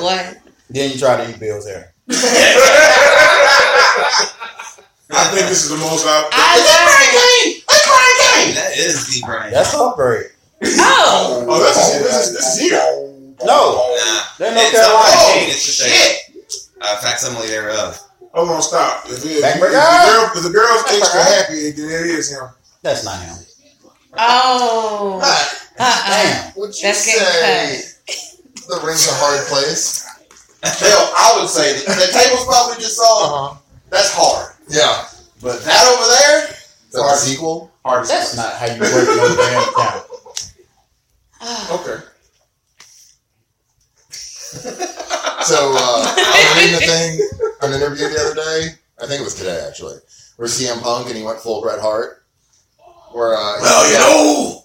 S9: What?
S5: Then you try to eat Bill's hair.
S8: I think this is the most I've.
S9: I
S4: That is the brain.
S5: That's upgrade.
S9: learned. Oh,
S8: Oh, this is this is this is here.
S5: No.
S4: Nah.
S5: They're
S4: It's
S5: North
S4: not
S5: Carolina.
S4: a chain, it's just a uh, facsimile thereof.
S8: Hold on, stop. If, it, if,
S5: Back
S8: if
S5: for
S8: the
S5: God.
S8: girl, if the girl's extra
S5: God.
S8: happy, then it is him.
S5: That's not him.
S9: oh, uh-uh.
S5: Damn.
S10: Would you
S9: That's getting
S10: say
S9: cut.
S10: the ring's a hard place?
S2: Hell, I would say that the table spot we just saw,
S10: Uh huh.
S2: that's hard.
S10: Yeah,
S2: But that over there,
S10: the
S2: Hard.
S10: sequel.
S2: hard as
S5: That's not how you work no damn count.
S9: Ah,
S8: Okay.
S10: So uh, I was reading a thing, an interview the other day. I think it was today actually, where CM Punk and he went full Bret Hart. Where uh,
S2: Well, you know,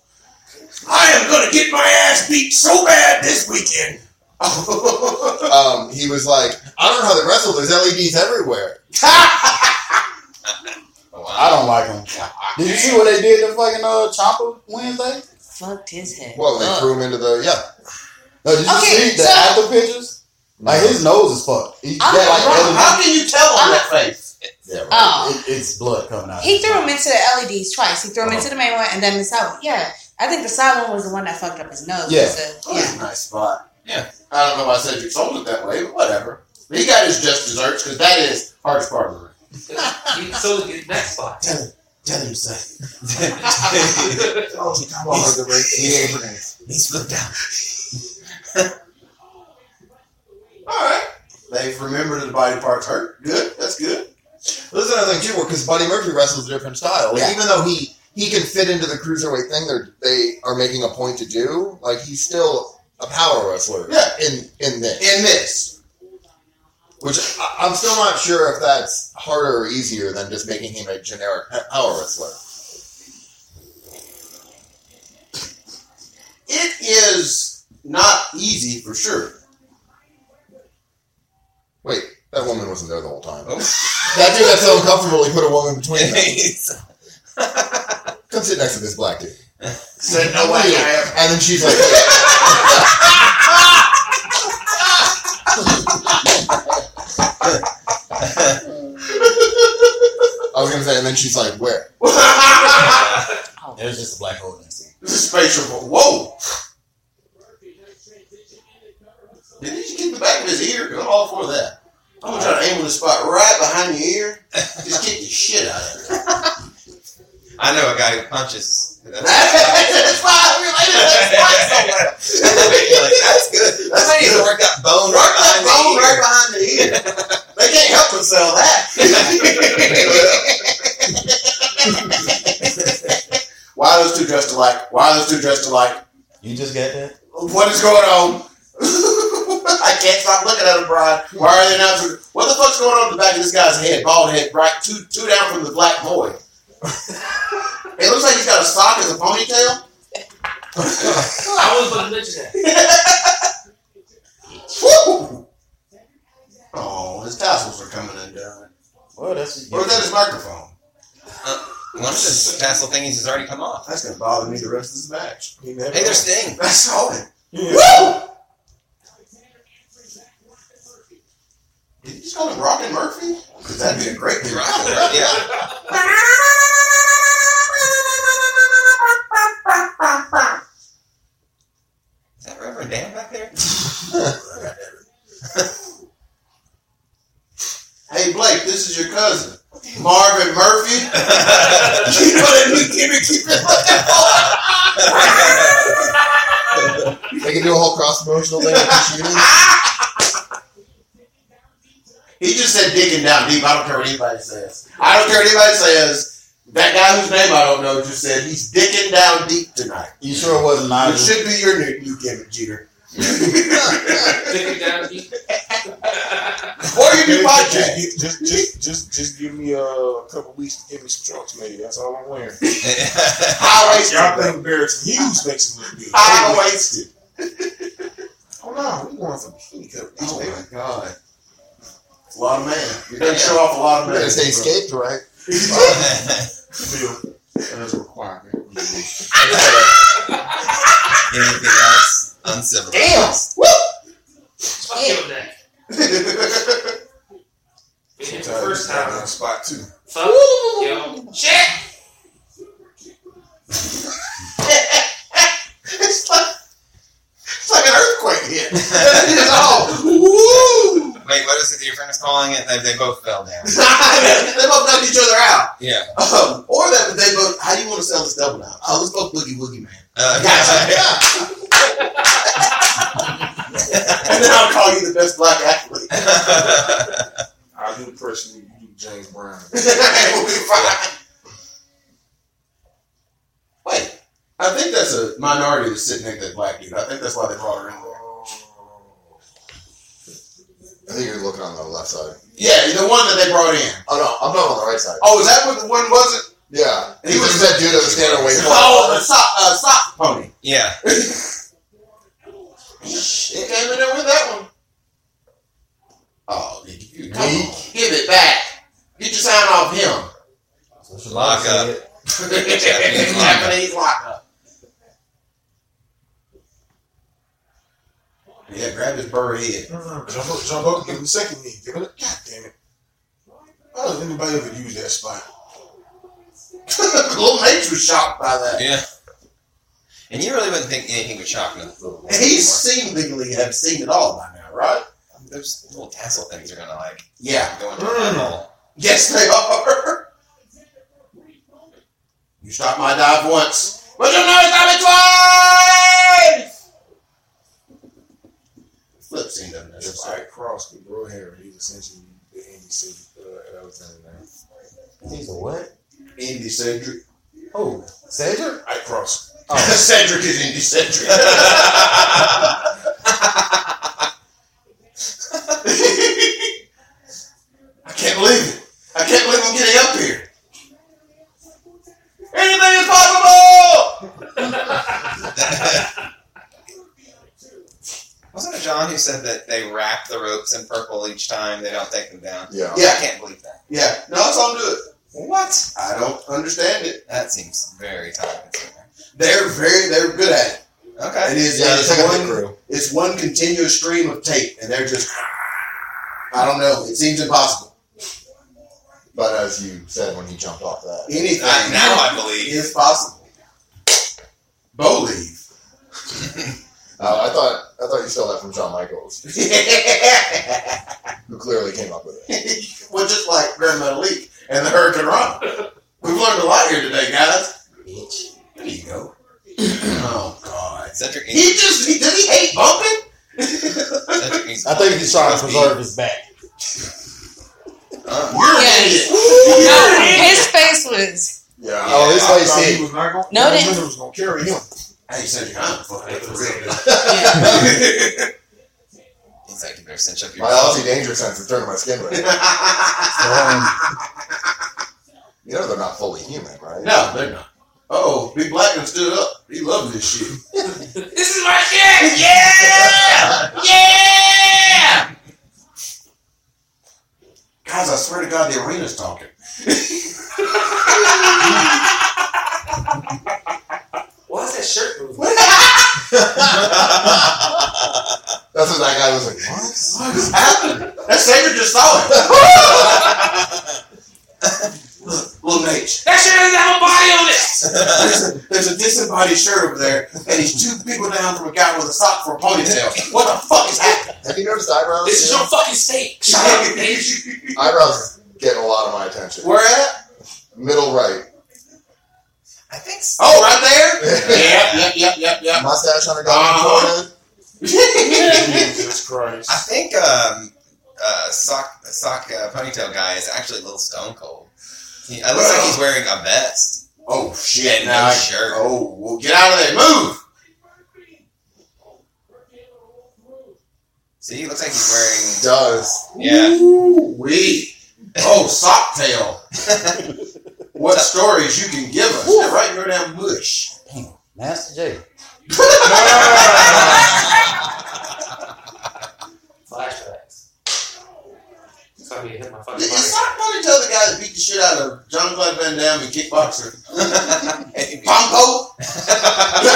S2: I am gonna get my ass beat so bad this weekend.
S10: um, he was like, I don't know how they wrestle. There's LEDs everywhere.
S4: Wow.
S5: I don't like him. Did you see what they did to fucking uh Chompa Wednesday?
S9: fucked his head.
S10: Well, they
S9: up.
S10: threw him into the yeah.
S5: No, did you
S9: Okay,
S5: see the
S9: so-
S5: after pictures? Like his nose is fucked. He
S9: I'm
S5: got like
S9: not
S5: LED.
S2: How can you tell on that face?
S10: yeah right.
S9: Oh.
S5: It- it's blood coming out.
S9: He threw him into the LEDs twice. He threw him into the main one and then the side one. Yeah. I think the side one was the one that fucked up his nose.
S5: Yeah. Oh,
S9: So,
S2: That's
S9: yeah.
S2: a nice spot. Yeah. I don't know why I said you sold it that way, but whatever. He got his just desserts because that is hardest part of the ring.
S6: He sold it that spot.
S2: Tell him so.
S8: Oh, come on, the ring.
S4: He's flipped out.
S2: All right. They've remembered that the body parts hurt. Good. That's good.
S10: This is another thing too, because Buddy Murphy wrestles a different style. Like,
S5: Yeah.
S10: Even though he he can fit into the cruiserweight thing, they're they are making a point to do. Like he's still a power wrestler.
S2: Yeah.
S10: In in this,
S2: In this,
S10: which I, I'm still not sure if that's harder or easier than just making him a generic power wrestler.
S2: it is not easy for sure.
S10: Wait, that woman wasn't there the whole time.
S4: Oh.
S10: That dude that's so uncomfortable, he put a woman between them.
S4: He's-
S10: Come sit next to this black dude.
S2: Said no way. I am.
S10: And then she's like, "Wait." I was gonna say, and then she's like, where?
S5: There's just a black hole in his
S2: this is spatial. Whoa. Did you get the back of his his ear, 'cause I'm all for that. I'm gonna try to aim in the spot right behind your ear. Just kick the shit out of it.
S4: I know a guy who punches. That's,
S2: That's why I realized that's right somewhere.
S4: You're like, that's good. That's how you work that bone
S2: Right that bone right
S4: right
S2: behind the ear. They can't help themselves that. Why are those two dressed alike? Why are those two dressed alike?
S5: You just got that?
S2: What is going on? I can't stop looking at him, Brian. Why are they not? What the fuck's going on in the back of this guy's head? Bald head, right? Two, two down from the black boy. it looks like he's got a sock as a ponytail.
S6: I was about to mention that.
S2: Woo! Oh, his tassels are coming undone.
S5: Well, that's
S2: Or is that his microphone?
S4: One of the tassel thingies has already come off.
S2: That's gonna bother me the rest of this match.
S8: He never-
S4: Hey, there's Sting.
S2: That's all. it-
S8: Yeah.
S2: Woo! Did you just call him Rockin' Murphy? Because that'd be a great name.
S4: Yeah. Is that Reverend Dan back there?
S2: Hey Blake, this is your cousin, Marvin Murphy. you know that new gimmick you've been looking for.
S7: They can do a whole cross promotional thing.
S2: He just said digging down deep. I don't care what anybody says. I don't care what anybody says. That guy whose name I don't know just said he's digging down deep tonight.
S5: You sure it wasn't
S2: It
S5: Nigel?
S2: should be your new, new gimmick, Jeter.
S6: Dick it down deep.
S2: Or your new
S8: Yeah,
S2: podcast.
S8: just, just, just, just, just, just give me uh, a couple weeks to get me some trunks made. That's all I'm wearing.
S2: I wasted.
S8: Y'all
S2: bro.
S8: think Barrett's Hughes makes him look good?
S2: I wasted.
S8: Oh no, we going for the cup.
S2: Oh my god. A lot of man. You're gonna show off a lot of
S7: You're
S2: man.
S7: gonna say escaped, right?
S8: Bill, that is a requirement.
S4: Anything else? Uncivilized.
S2: Damn.
S6: Fuck him with that.
S2: Woo!
S6: Hit him the first time.
S8: spot two.
S6: Fuck. Yo. Shit.
S2: it's like it's like an earthquake here. it's all Oh, woo.
S4: Wait, what is it that your friend is calling it? They, they both fell down.
S2: they both knocked each other out.
S4: Yeah.
S2: Um, or that they both. How do you want to sell this double now? Oh, let's both boogie woogie man.
S4: Uh,
S2: Gotcha. and then I'll call you the best black athlete.
S8: I do personally, you do James Brown.
S2: we'll be fine. Wait, I think that's a minority that's sitting next to that black dude. I think that's why they brought her in there.
S7: I think you're looking on the left side.
S2: Yeah, the one that they brought in.
S7: Oh no, I'm not on the right side.
S2: Oh, is that what the one was it?
S7: Yeah,
S2: He
S7: he
S2: was-
S7: was that dude that was standing away.
S2: Oh, the sock, uh, sock pony.
S4: yeah.
S2: He came in there with that one. Oh, nigga, you come on. Give it back. Get your sign off him.
S4: Lock up. Japanese lockup.
S2: Japanese lockup. Yeah, grab his bird head.
S8: John Buck, John Buck, give him the second knee. Give him the god damn it. How does anybody ever use that spot?
S2: Little Nate was shocked by that.
S4: Yeah. And you really wouldn't think anything would shock me.
S2: He seemingly have seen it all by now, right?
S4: Those little tassel things are gonna like
S2: Yeah. Mm.
S4: go into my hole.
S2: Yes, they are. You stopped my dive once, but you'll never stop it twice. Flip scene doesn't that
S8: It's
S2: spike.
S8: like Crosby, bro, Harry. He's essentially the NBC uh, Alexander now.
S5: He's a what?
S2: Indy Cedric.
S5: Oh, Cedric?
S8: Ike Crosby.
S5: Oh,
S2: Cedric is Indy Cedric. I can't believe it. I can't believe I'm getting up here. Anything is possible.
S4: Wasn't it John who said that they wrap the ropes in purple each time they don't take them down?
S7: Yeah.
S4: I
S2: Yeah,
S4: can't believe that.
S2: yeah. No, that's all I'm doing.
S4: What?
S2: I don't understand it.
S4: That seems very time consuming.
S2: They're very, they're good at it.
S4: Okay.
S2: It is
S7: Yeah,
S2: it's
S7: check out the
S2: one,
S7: crew.
S2: it's one continuous stream of tape, and they're just, I don't know. It seems impossible.
S7: But as you said when he jumped off that,
S2: Anything
S4: Uh, now I believe.
S2: is possible. Believe.
S7: uh, I thought I thought you stole that from Shawn Michaels.
S2: Yeah.
S10: really came up with it.
S2: Well, just like Grand Metal League and the Hurricane Run. We've learned a lot here today, guys.
S4: There you go.
S2: Oh God.
S4: Cedric
S2: He just he, did he hate bumping?
S4: Cedric needs
S5: I think he's trying to preserve his back.
S2: Uh, You're an
S9: Yes.
S2: idiot.
S9: No, his face was.
S8: Yeah.
S5: Oh, this
S8: I
S5: face
S8: thought
S5: hit.
S8: he was not going.
S9: No, it didn't.
S8: was gonna carry him.
S2: Hey, Cedric, I'm fucking with the
S9: Yeah.
S4: He's like, you better cinch up your
S10: My LT danger sensor turned my skin red. you know they're not fully human, right?
S2: No, they're not. Oh, Big Blackman stood up. He loves this shit.
S6: This is my shit! Yeah! yeah!
S2: Guys, I swear to God, the arena's talking.
S6: Why is that shirt moving?
S10: That's what that guy was like, what?
S2: What is happening? That savior just saw it. Look, little Nate,
S6: That shirt doesn't have a body on it!
S2: there's a, there's a disembodied shirt over there, and he's two people down from a guy with a sock for a ponytail. What the fuck is happening?
S10: Have you noticed eyebrows?
S6: This is
S10: too?
S6: your fucking state. Shut up, bitch.
S10: eyebrows is getting a lot of my attention.
S2: Where at?
S10: Middle right.
S4: I think so.
S2: Oh, right there? Yep, yep, yep, yep, yep.
S10: Mustache on a
S2: Uh-huh.
S10: guy.
S8: Jesus Christ.
S4: I think um, uh, sock sock uh, ponytail guy is actually a little stone cold. He, it looks like he's wearing a vest.
S2: Oh, shit.
S4: And
S2: Now
S4: no
S2: I-
S4: shirt.
S2: Oh, well, get out of there. Move.
S4: See, he looks like he's
S10: Does.
S4: wearing yeah.
S2: Wee. Oh, sock tail. What stories you can give us. Get right in your damn bush.
S5: Master J.
S6: Flashbacks. So I need to hit my fucking
S2: Did it's
S6: mic.
S2: not funny to tell the guy that beat the shit out of John Claude Van Damme and Kickboxer. Pompo!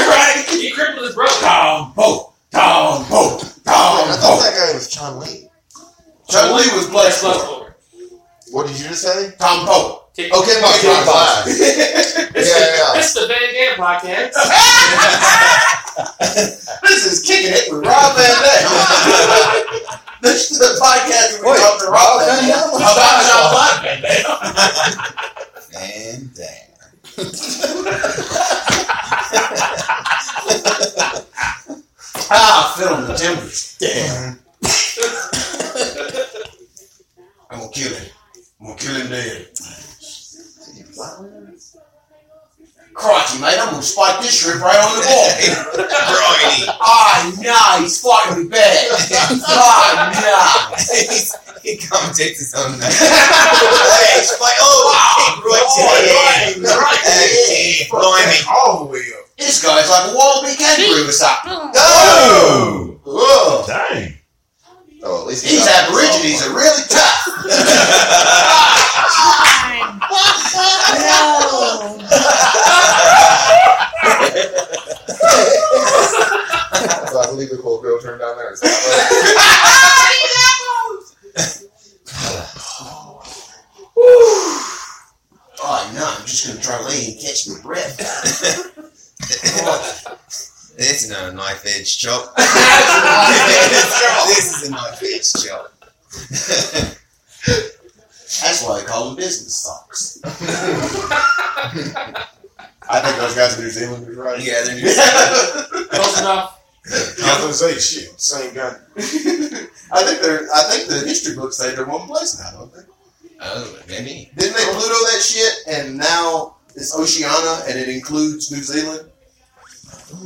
S2: right?
S6: He crippled his brother.
S2: Pompo! Pompo!
S10: I thought
S2: Pompo!
S10: that guy was Chun Li.
S2: Chun Lee was
S6: That's
S2: blood for
S6: forward.
S10: What did you just say?
S2: Pompo.
S6: Kick-
S10: Okay, my
S2: Kickboxer.
S10: God.
S6: This
S10: Oh, yeah,
S6: is-
S10: yeah.
S6: This is the Van Dam podcast.
S2: This is kicking it with Rob Van Dam. this is the podcast where we
S5: Wait,
S2: talk to Rob
S5: Rob
S2: Van
S5: Van
S2: Dam
S5: Dam?
S2: about John Claude Van Damme.
S4: Van Dam.
S2: Ah, film the timbers. Damn. I'm gonna kill him. I'm gonna kill him dead. Crikey, mate, I'm gonna spike this shrimp right on the wall.
S4: Broiny.
S2: Ah, nah, he's fighting me back. Ah, nah.
S4: He's- he commentates his own match. hey, he's like, oh, wow,
S2: Oh,
S4: right
S2: right, right,
S4: Hey,
S2: yeah.
S4: blimey.
S8: all the way up.
S2: This guy's like a wallaby kangaroo or something.
S4: Oh!
S2: Ugh.
S11: Dang.
S10: Oh, at least
S2: These
S10: got a
S2: aborigines
S10: soft
S2: are really tough.
S9: No.
S10: one. So I believe the cool girl turned down there. Is that right?
S2: Oh, no, I'm just gonna try laying and catch my breath.
S4: This is not a knife edge chop.
S2: That's
S4: this is a knife edge chop.
S2: why I call them business socks.
S10: I think those guys are New Zealanders, right?
S4: yeah, they're new.
S2: I
S6: Close enough.
S8: I was gonna say shit. Same guy.
S2: think they're. I think the history books say they're one place now, don't they?
S4: Oh, maybe.
S2: Didn't they Pluto that shit, and now it's Oceania, and it includes New Zealand?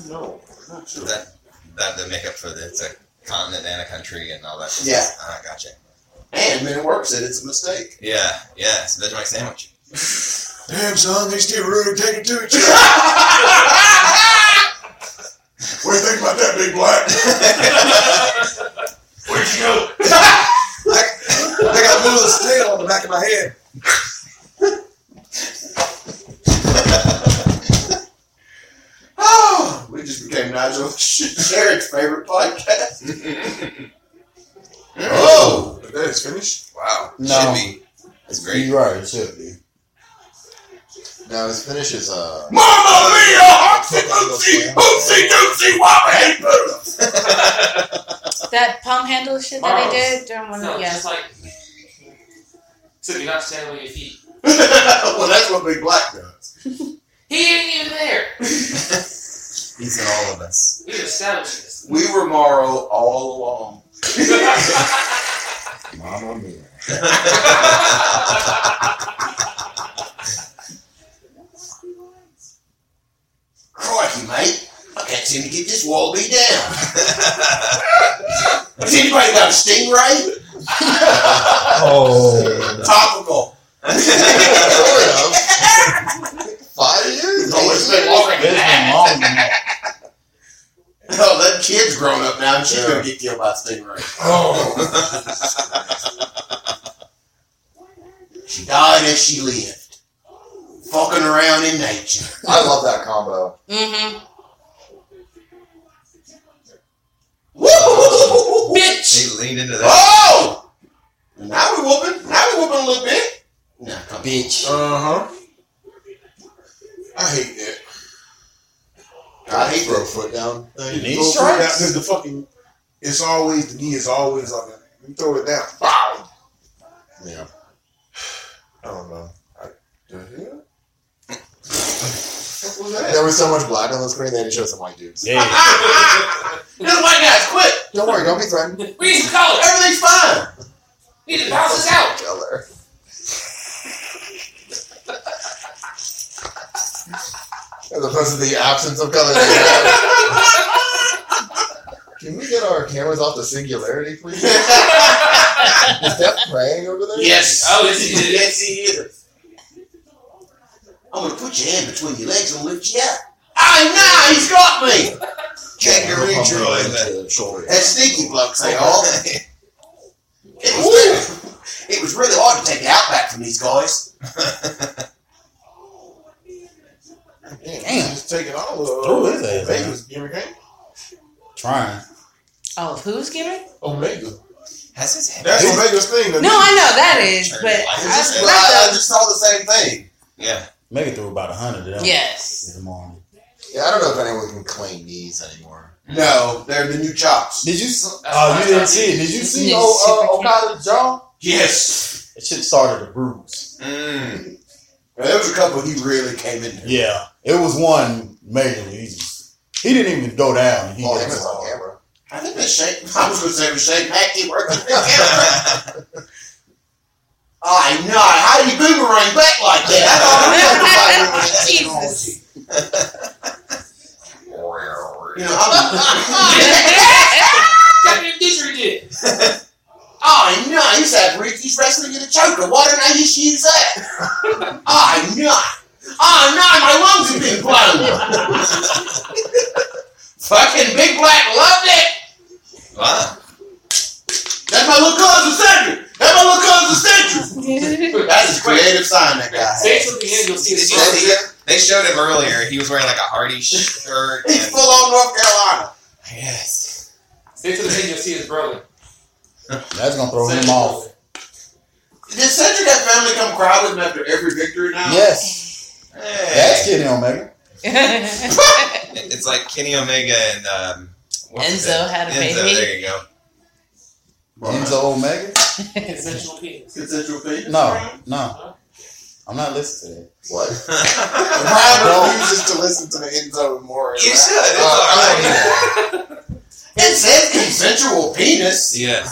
S8: No, not sure.
S4: That that the makeup for the, it's a continent and a country and all that. Stuff.
S2: Yeah.
S4: Ah, gotcha.
S2: And then it works it. It's a mistake.
S4: Yeah, yeah. It's a Vegemite sandwich.
S8: Damn son, these two really taking to each other. what do you think about that, Big Black?
S6: Where'd you go?
S2: I got a little stick on the back of my head. oh, we just became Nigel Sherrick's favorite podcast. oh,
S8: But that is finished.
S4: Wow.
S5: No.
S4: Should be. It's great.
S5: You're right, it should be.
S10: Now his finish is uh.
S2: Mamma Mia! Hoopsie doopsie! Hoopsie doopsie! Whopping
S9: That palm handle shit that they did during one of
S6: No,
S9: the.
S6: just
S9: Oh, Yes.
S6: like So you're not standing on your feet.
S2: well, that's what Big Black does.
S6: He ain't even there.
S4: He's in all of us.
S6: We established this.
S2: We were Morrow all along.
S10: Mama mia.
S2: Crikey, mate. I can't seem to get this wall beat down. Has anybody got a stingray?
S11: Oh.
S2: Topical.
S7: Sort of.
S4: Five years?
S2: Always been
S5: It's been long enough.
S2: Oh, that kid's grown up now and she's going to get killed by a stingray.
S8: Oh,
S2: She died and she lived. Fucking around in nature.
S7: I love that combo.
S9: Mm-hmm.
S2: Woo!
S6: Bitch!
S4: He leaned into that.
S2: Oh! Now we whooping. Now we whooping a little bit. Nah, come bitch.
S8: uh huh. I hate that.
S2: I hate
S7: Throw
S2: bro.
S7: foot down.
S8: Thing.
S5: Knee
S8: Go for
S5: strikes?
S8: it down, 'cause the fucking, it's always the knee is always like a, you throw it down, wow.
S7: Yeah.
S8: I don't know. I, the hell?
S2: What was that?
S7: There was so much black on the screen, they had to show some white dudes.
S5: Yeah.
S2: Little white guys, quick!
S7: Don't worry, don't be threatened.
S6: We need some color.
S2: Everything's fine.
S6: We need to balance this out.
S7: Killer. As opposed to the absence of color. Can we get our cameras off the singularity, please? Is that praying over there?
S2: Yes.
S6: Oh, yes, he is.
S2: yes, he is. I'm gonna put your hand between your legs and lift you up.
S6: Ah,
S2: I know he's got me. Kangaroo droid. That sneaky bloke say all that. It was, it was really hard to take the outback from these guys.
S8: Damn,
S5: Damn.
S8: Just taking all of
S5: Threw his ass
S8: Omega's gimmick, ain't it?
S5: Trying.
S9: Oh, who's giving?
S8: Omega.
S4: Has his head.
S8: That's Omega's thing. the-
S9: No, I know that is, but
S4: It's
S9: I-
S4: just-
S2: Well, I, I just saw the same thing.
S4: Yeah.
S5: Mega threw about a hundred of them.
S9: yes.
S5: In the morning.
S7: Yeah, I don't know if anyone can claim these anymore.
S2: No, they're the new chops.
S5: Did you? s- Oh, you didn't see it. Did you see
S9: Yes,
S5: old uh,
S9: super cat.
S5: Okada's jaw?
S2: Yes.
S5: It shit started to bruise.
S4: Mm.
S2: Now, There was a couple he really came in there.
S5: Yeah, it was one majorly. He, just- he didn't even go down. He
S7: Oh,
S5: got
S7: it was on
S5: hard.
S7: camera.
S2: I think that's Shane. I was going to say it was Shane Mackey working the camera. I know. How do you boomerang back like that? I thought I was about with that
S9: Jesus.
S2: technology. You know, I'm,
S6: Goddamn didgeridoo.
S2: Oh, I know. He's that Ricky's wrestling in a choker. Why didn't I just use that? Oh, I know. I know. My lungs have been blown. Fucking Big Black loved it.
S4: Wow.
S2: That's my little cousin Cedric. That's my little cousin Cedric. That's his creative sign, that guy.
S6: Say something in, you'll see
S4: Did
S6: his
S4: you
S6: brother.
S4: see it? They showed him earlier. He was wearing like a Hardy shirt.
S2: He's
S4: And,
S2: full on North Carolina.
S4: yes.
S6: Say something in, you'll see his brother.
S5: That's gonna throw
S6: Say
S5: him off.
S2: Did Cedric that family come cry with him after every victory now?
S5: Yes, that's
S4: Hey.
S5: Kenny Omega.
S4: It's like Kenny Omega and um, what's his
S9: Enzo
S4: name?
S9: had a
S4: Enzo,
S9: baby.
S4: There you go.
S5: Enzo Omega.
S6: Consensual penis.
S2: Consensual opinion.
S5: No, no, I'm not listening to that.
S7: What?
S2: Brian refuses to
S7: Listen
S2: listen.
S7: to Enzo More.
S4: you should. It's all right.
S2: It says consensual penis.
S4: Yes.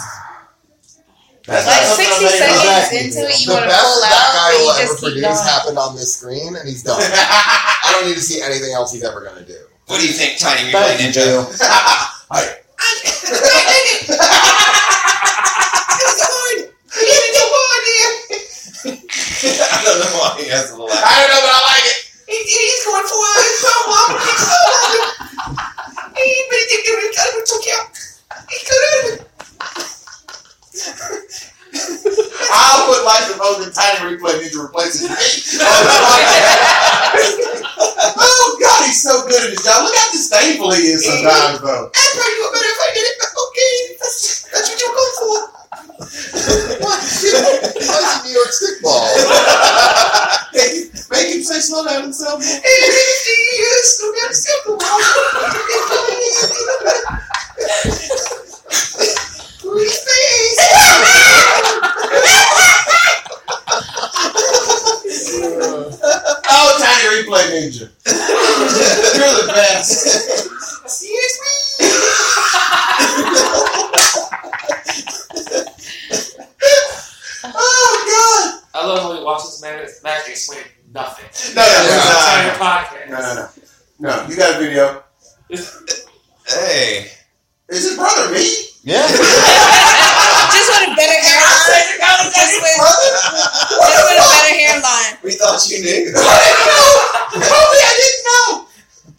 S9: Like
S2: That's not something I'm
S9: 60
S2: making up.
S9: seconds
S5: Exactly.
S9: into it, you
S7: the
S9: want to
S7: best
S9: pull
S7: that guy will
S9: out, and you
S7: ever
S9: just keep
S7: produce
S9: going.
S7: happened on this screen, and he's done. I don't need to see anything else he's ever gonna do.
S4: What do you think, Tiny? We play
S5: Thank
S4: Ninja.
S5: you, Bill.
S4: I don't know why he has a little.
S2: I don't know, but I like it. I would like to vote that Tiny Replay needs to replace his knee. oh God, he's so good at his job. Look how disdainful he is sometimes, though. I thought you were better if I did it, but okay, that's, that's what you're going for.
S7: What? That's New York stickball.
S2: Make him say slow down himself. Please. Oh,
S6: Nothing.
S2: No, no, no, no,
S6: This is an
S2: no.
S6: entire podcast.
S2: No, no, no. No, you got a video.
S4: Hey.
S2: Is his brother me?
S9: Just with a better hairline. Just with, just with a better hairline.
S4: We thought you knew.
S2: Probably I didn't know.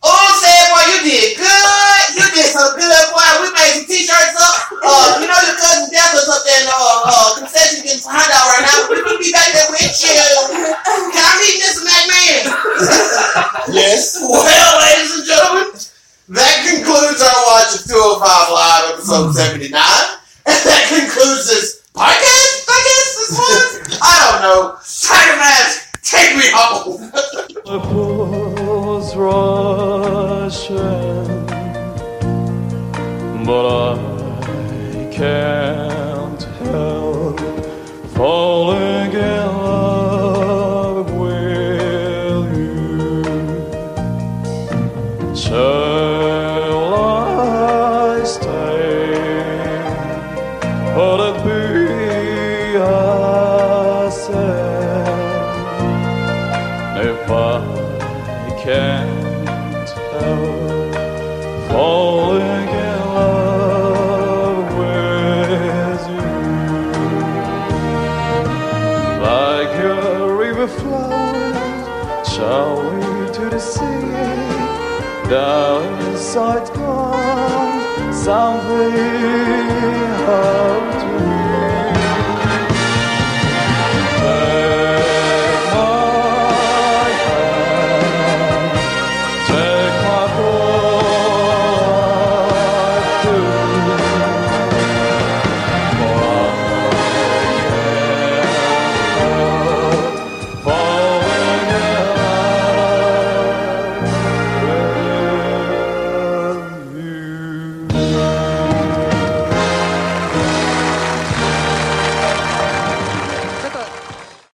S2: Oh, sad boy, you did good. You did some good, boy. We made some t-shirts up. Uh, you know your cousin Death is up there in uh, uh, concession getting some hot dog right now. We will be back there with you. Can I meet Mr. McMahon?
S12: Yes.
S2: Well, ladies and gentlemen, that concludes our watch of 205 Live episode 79. And that concludes this podcast, I guess, this was. I don't know. Tiger Mask, take me home.
S10: was rushing, but I can't help falling in love with you. Shall I stay or to be ourselves? If I can't help falling in love with you, like a river flowing, shall we to the sea? Down inside gone, something out to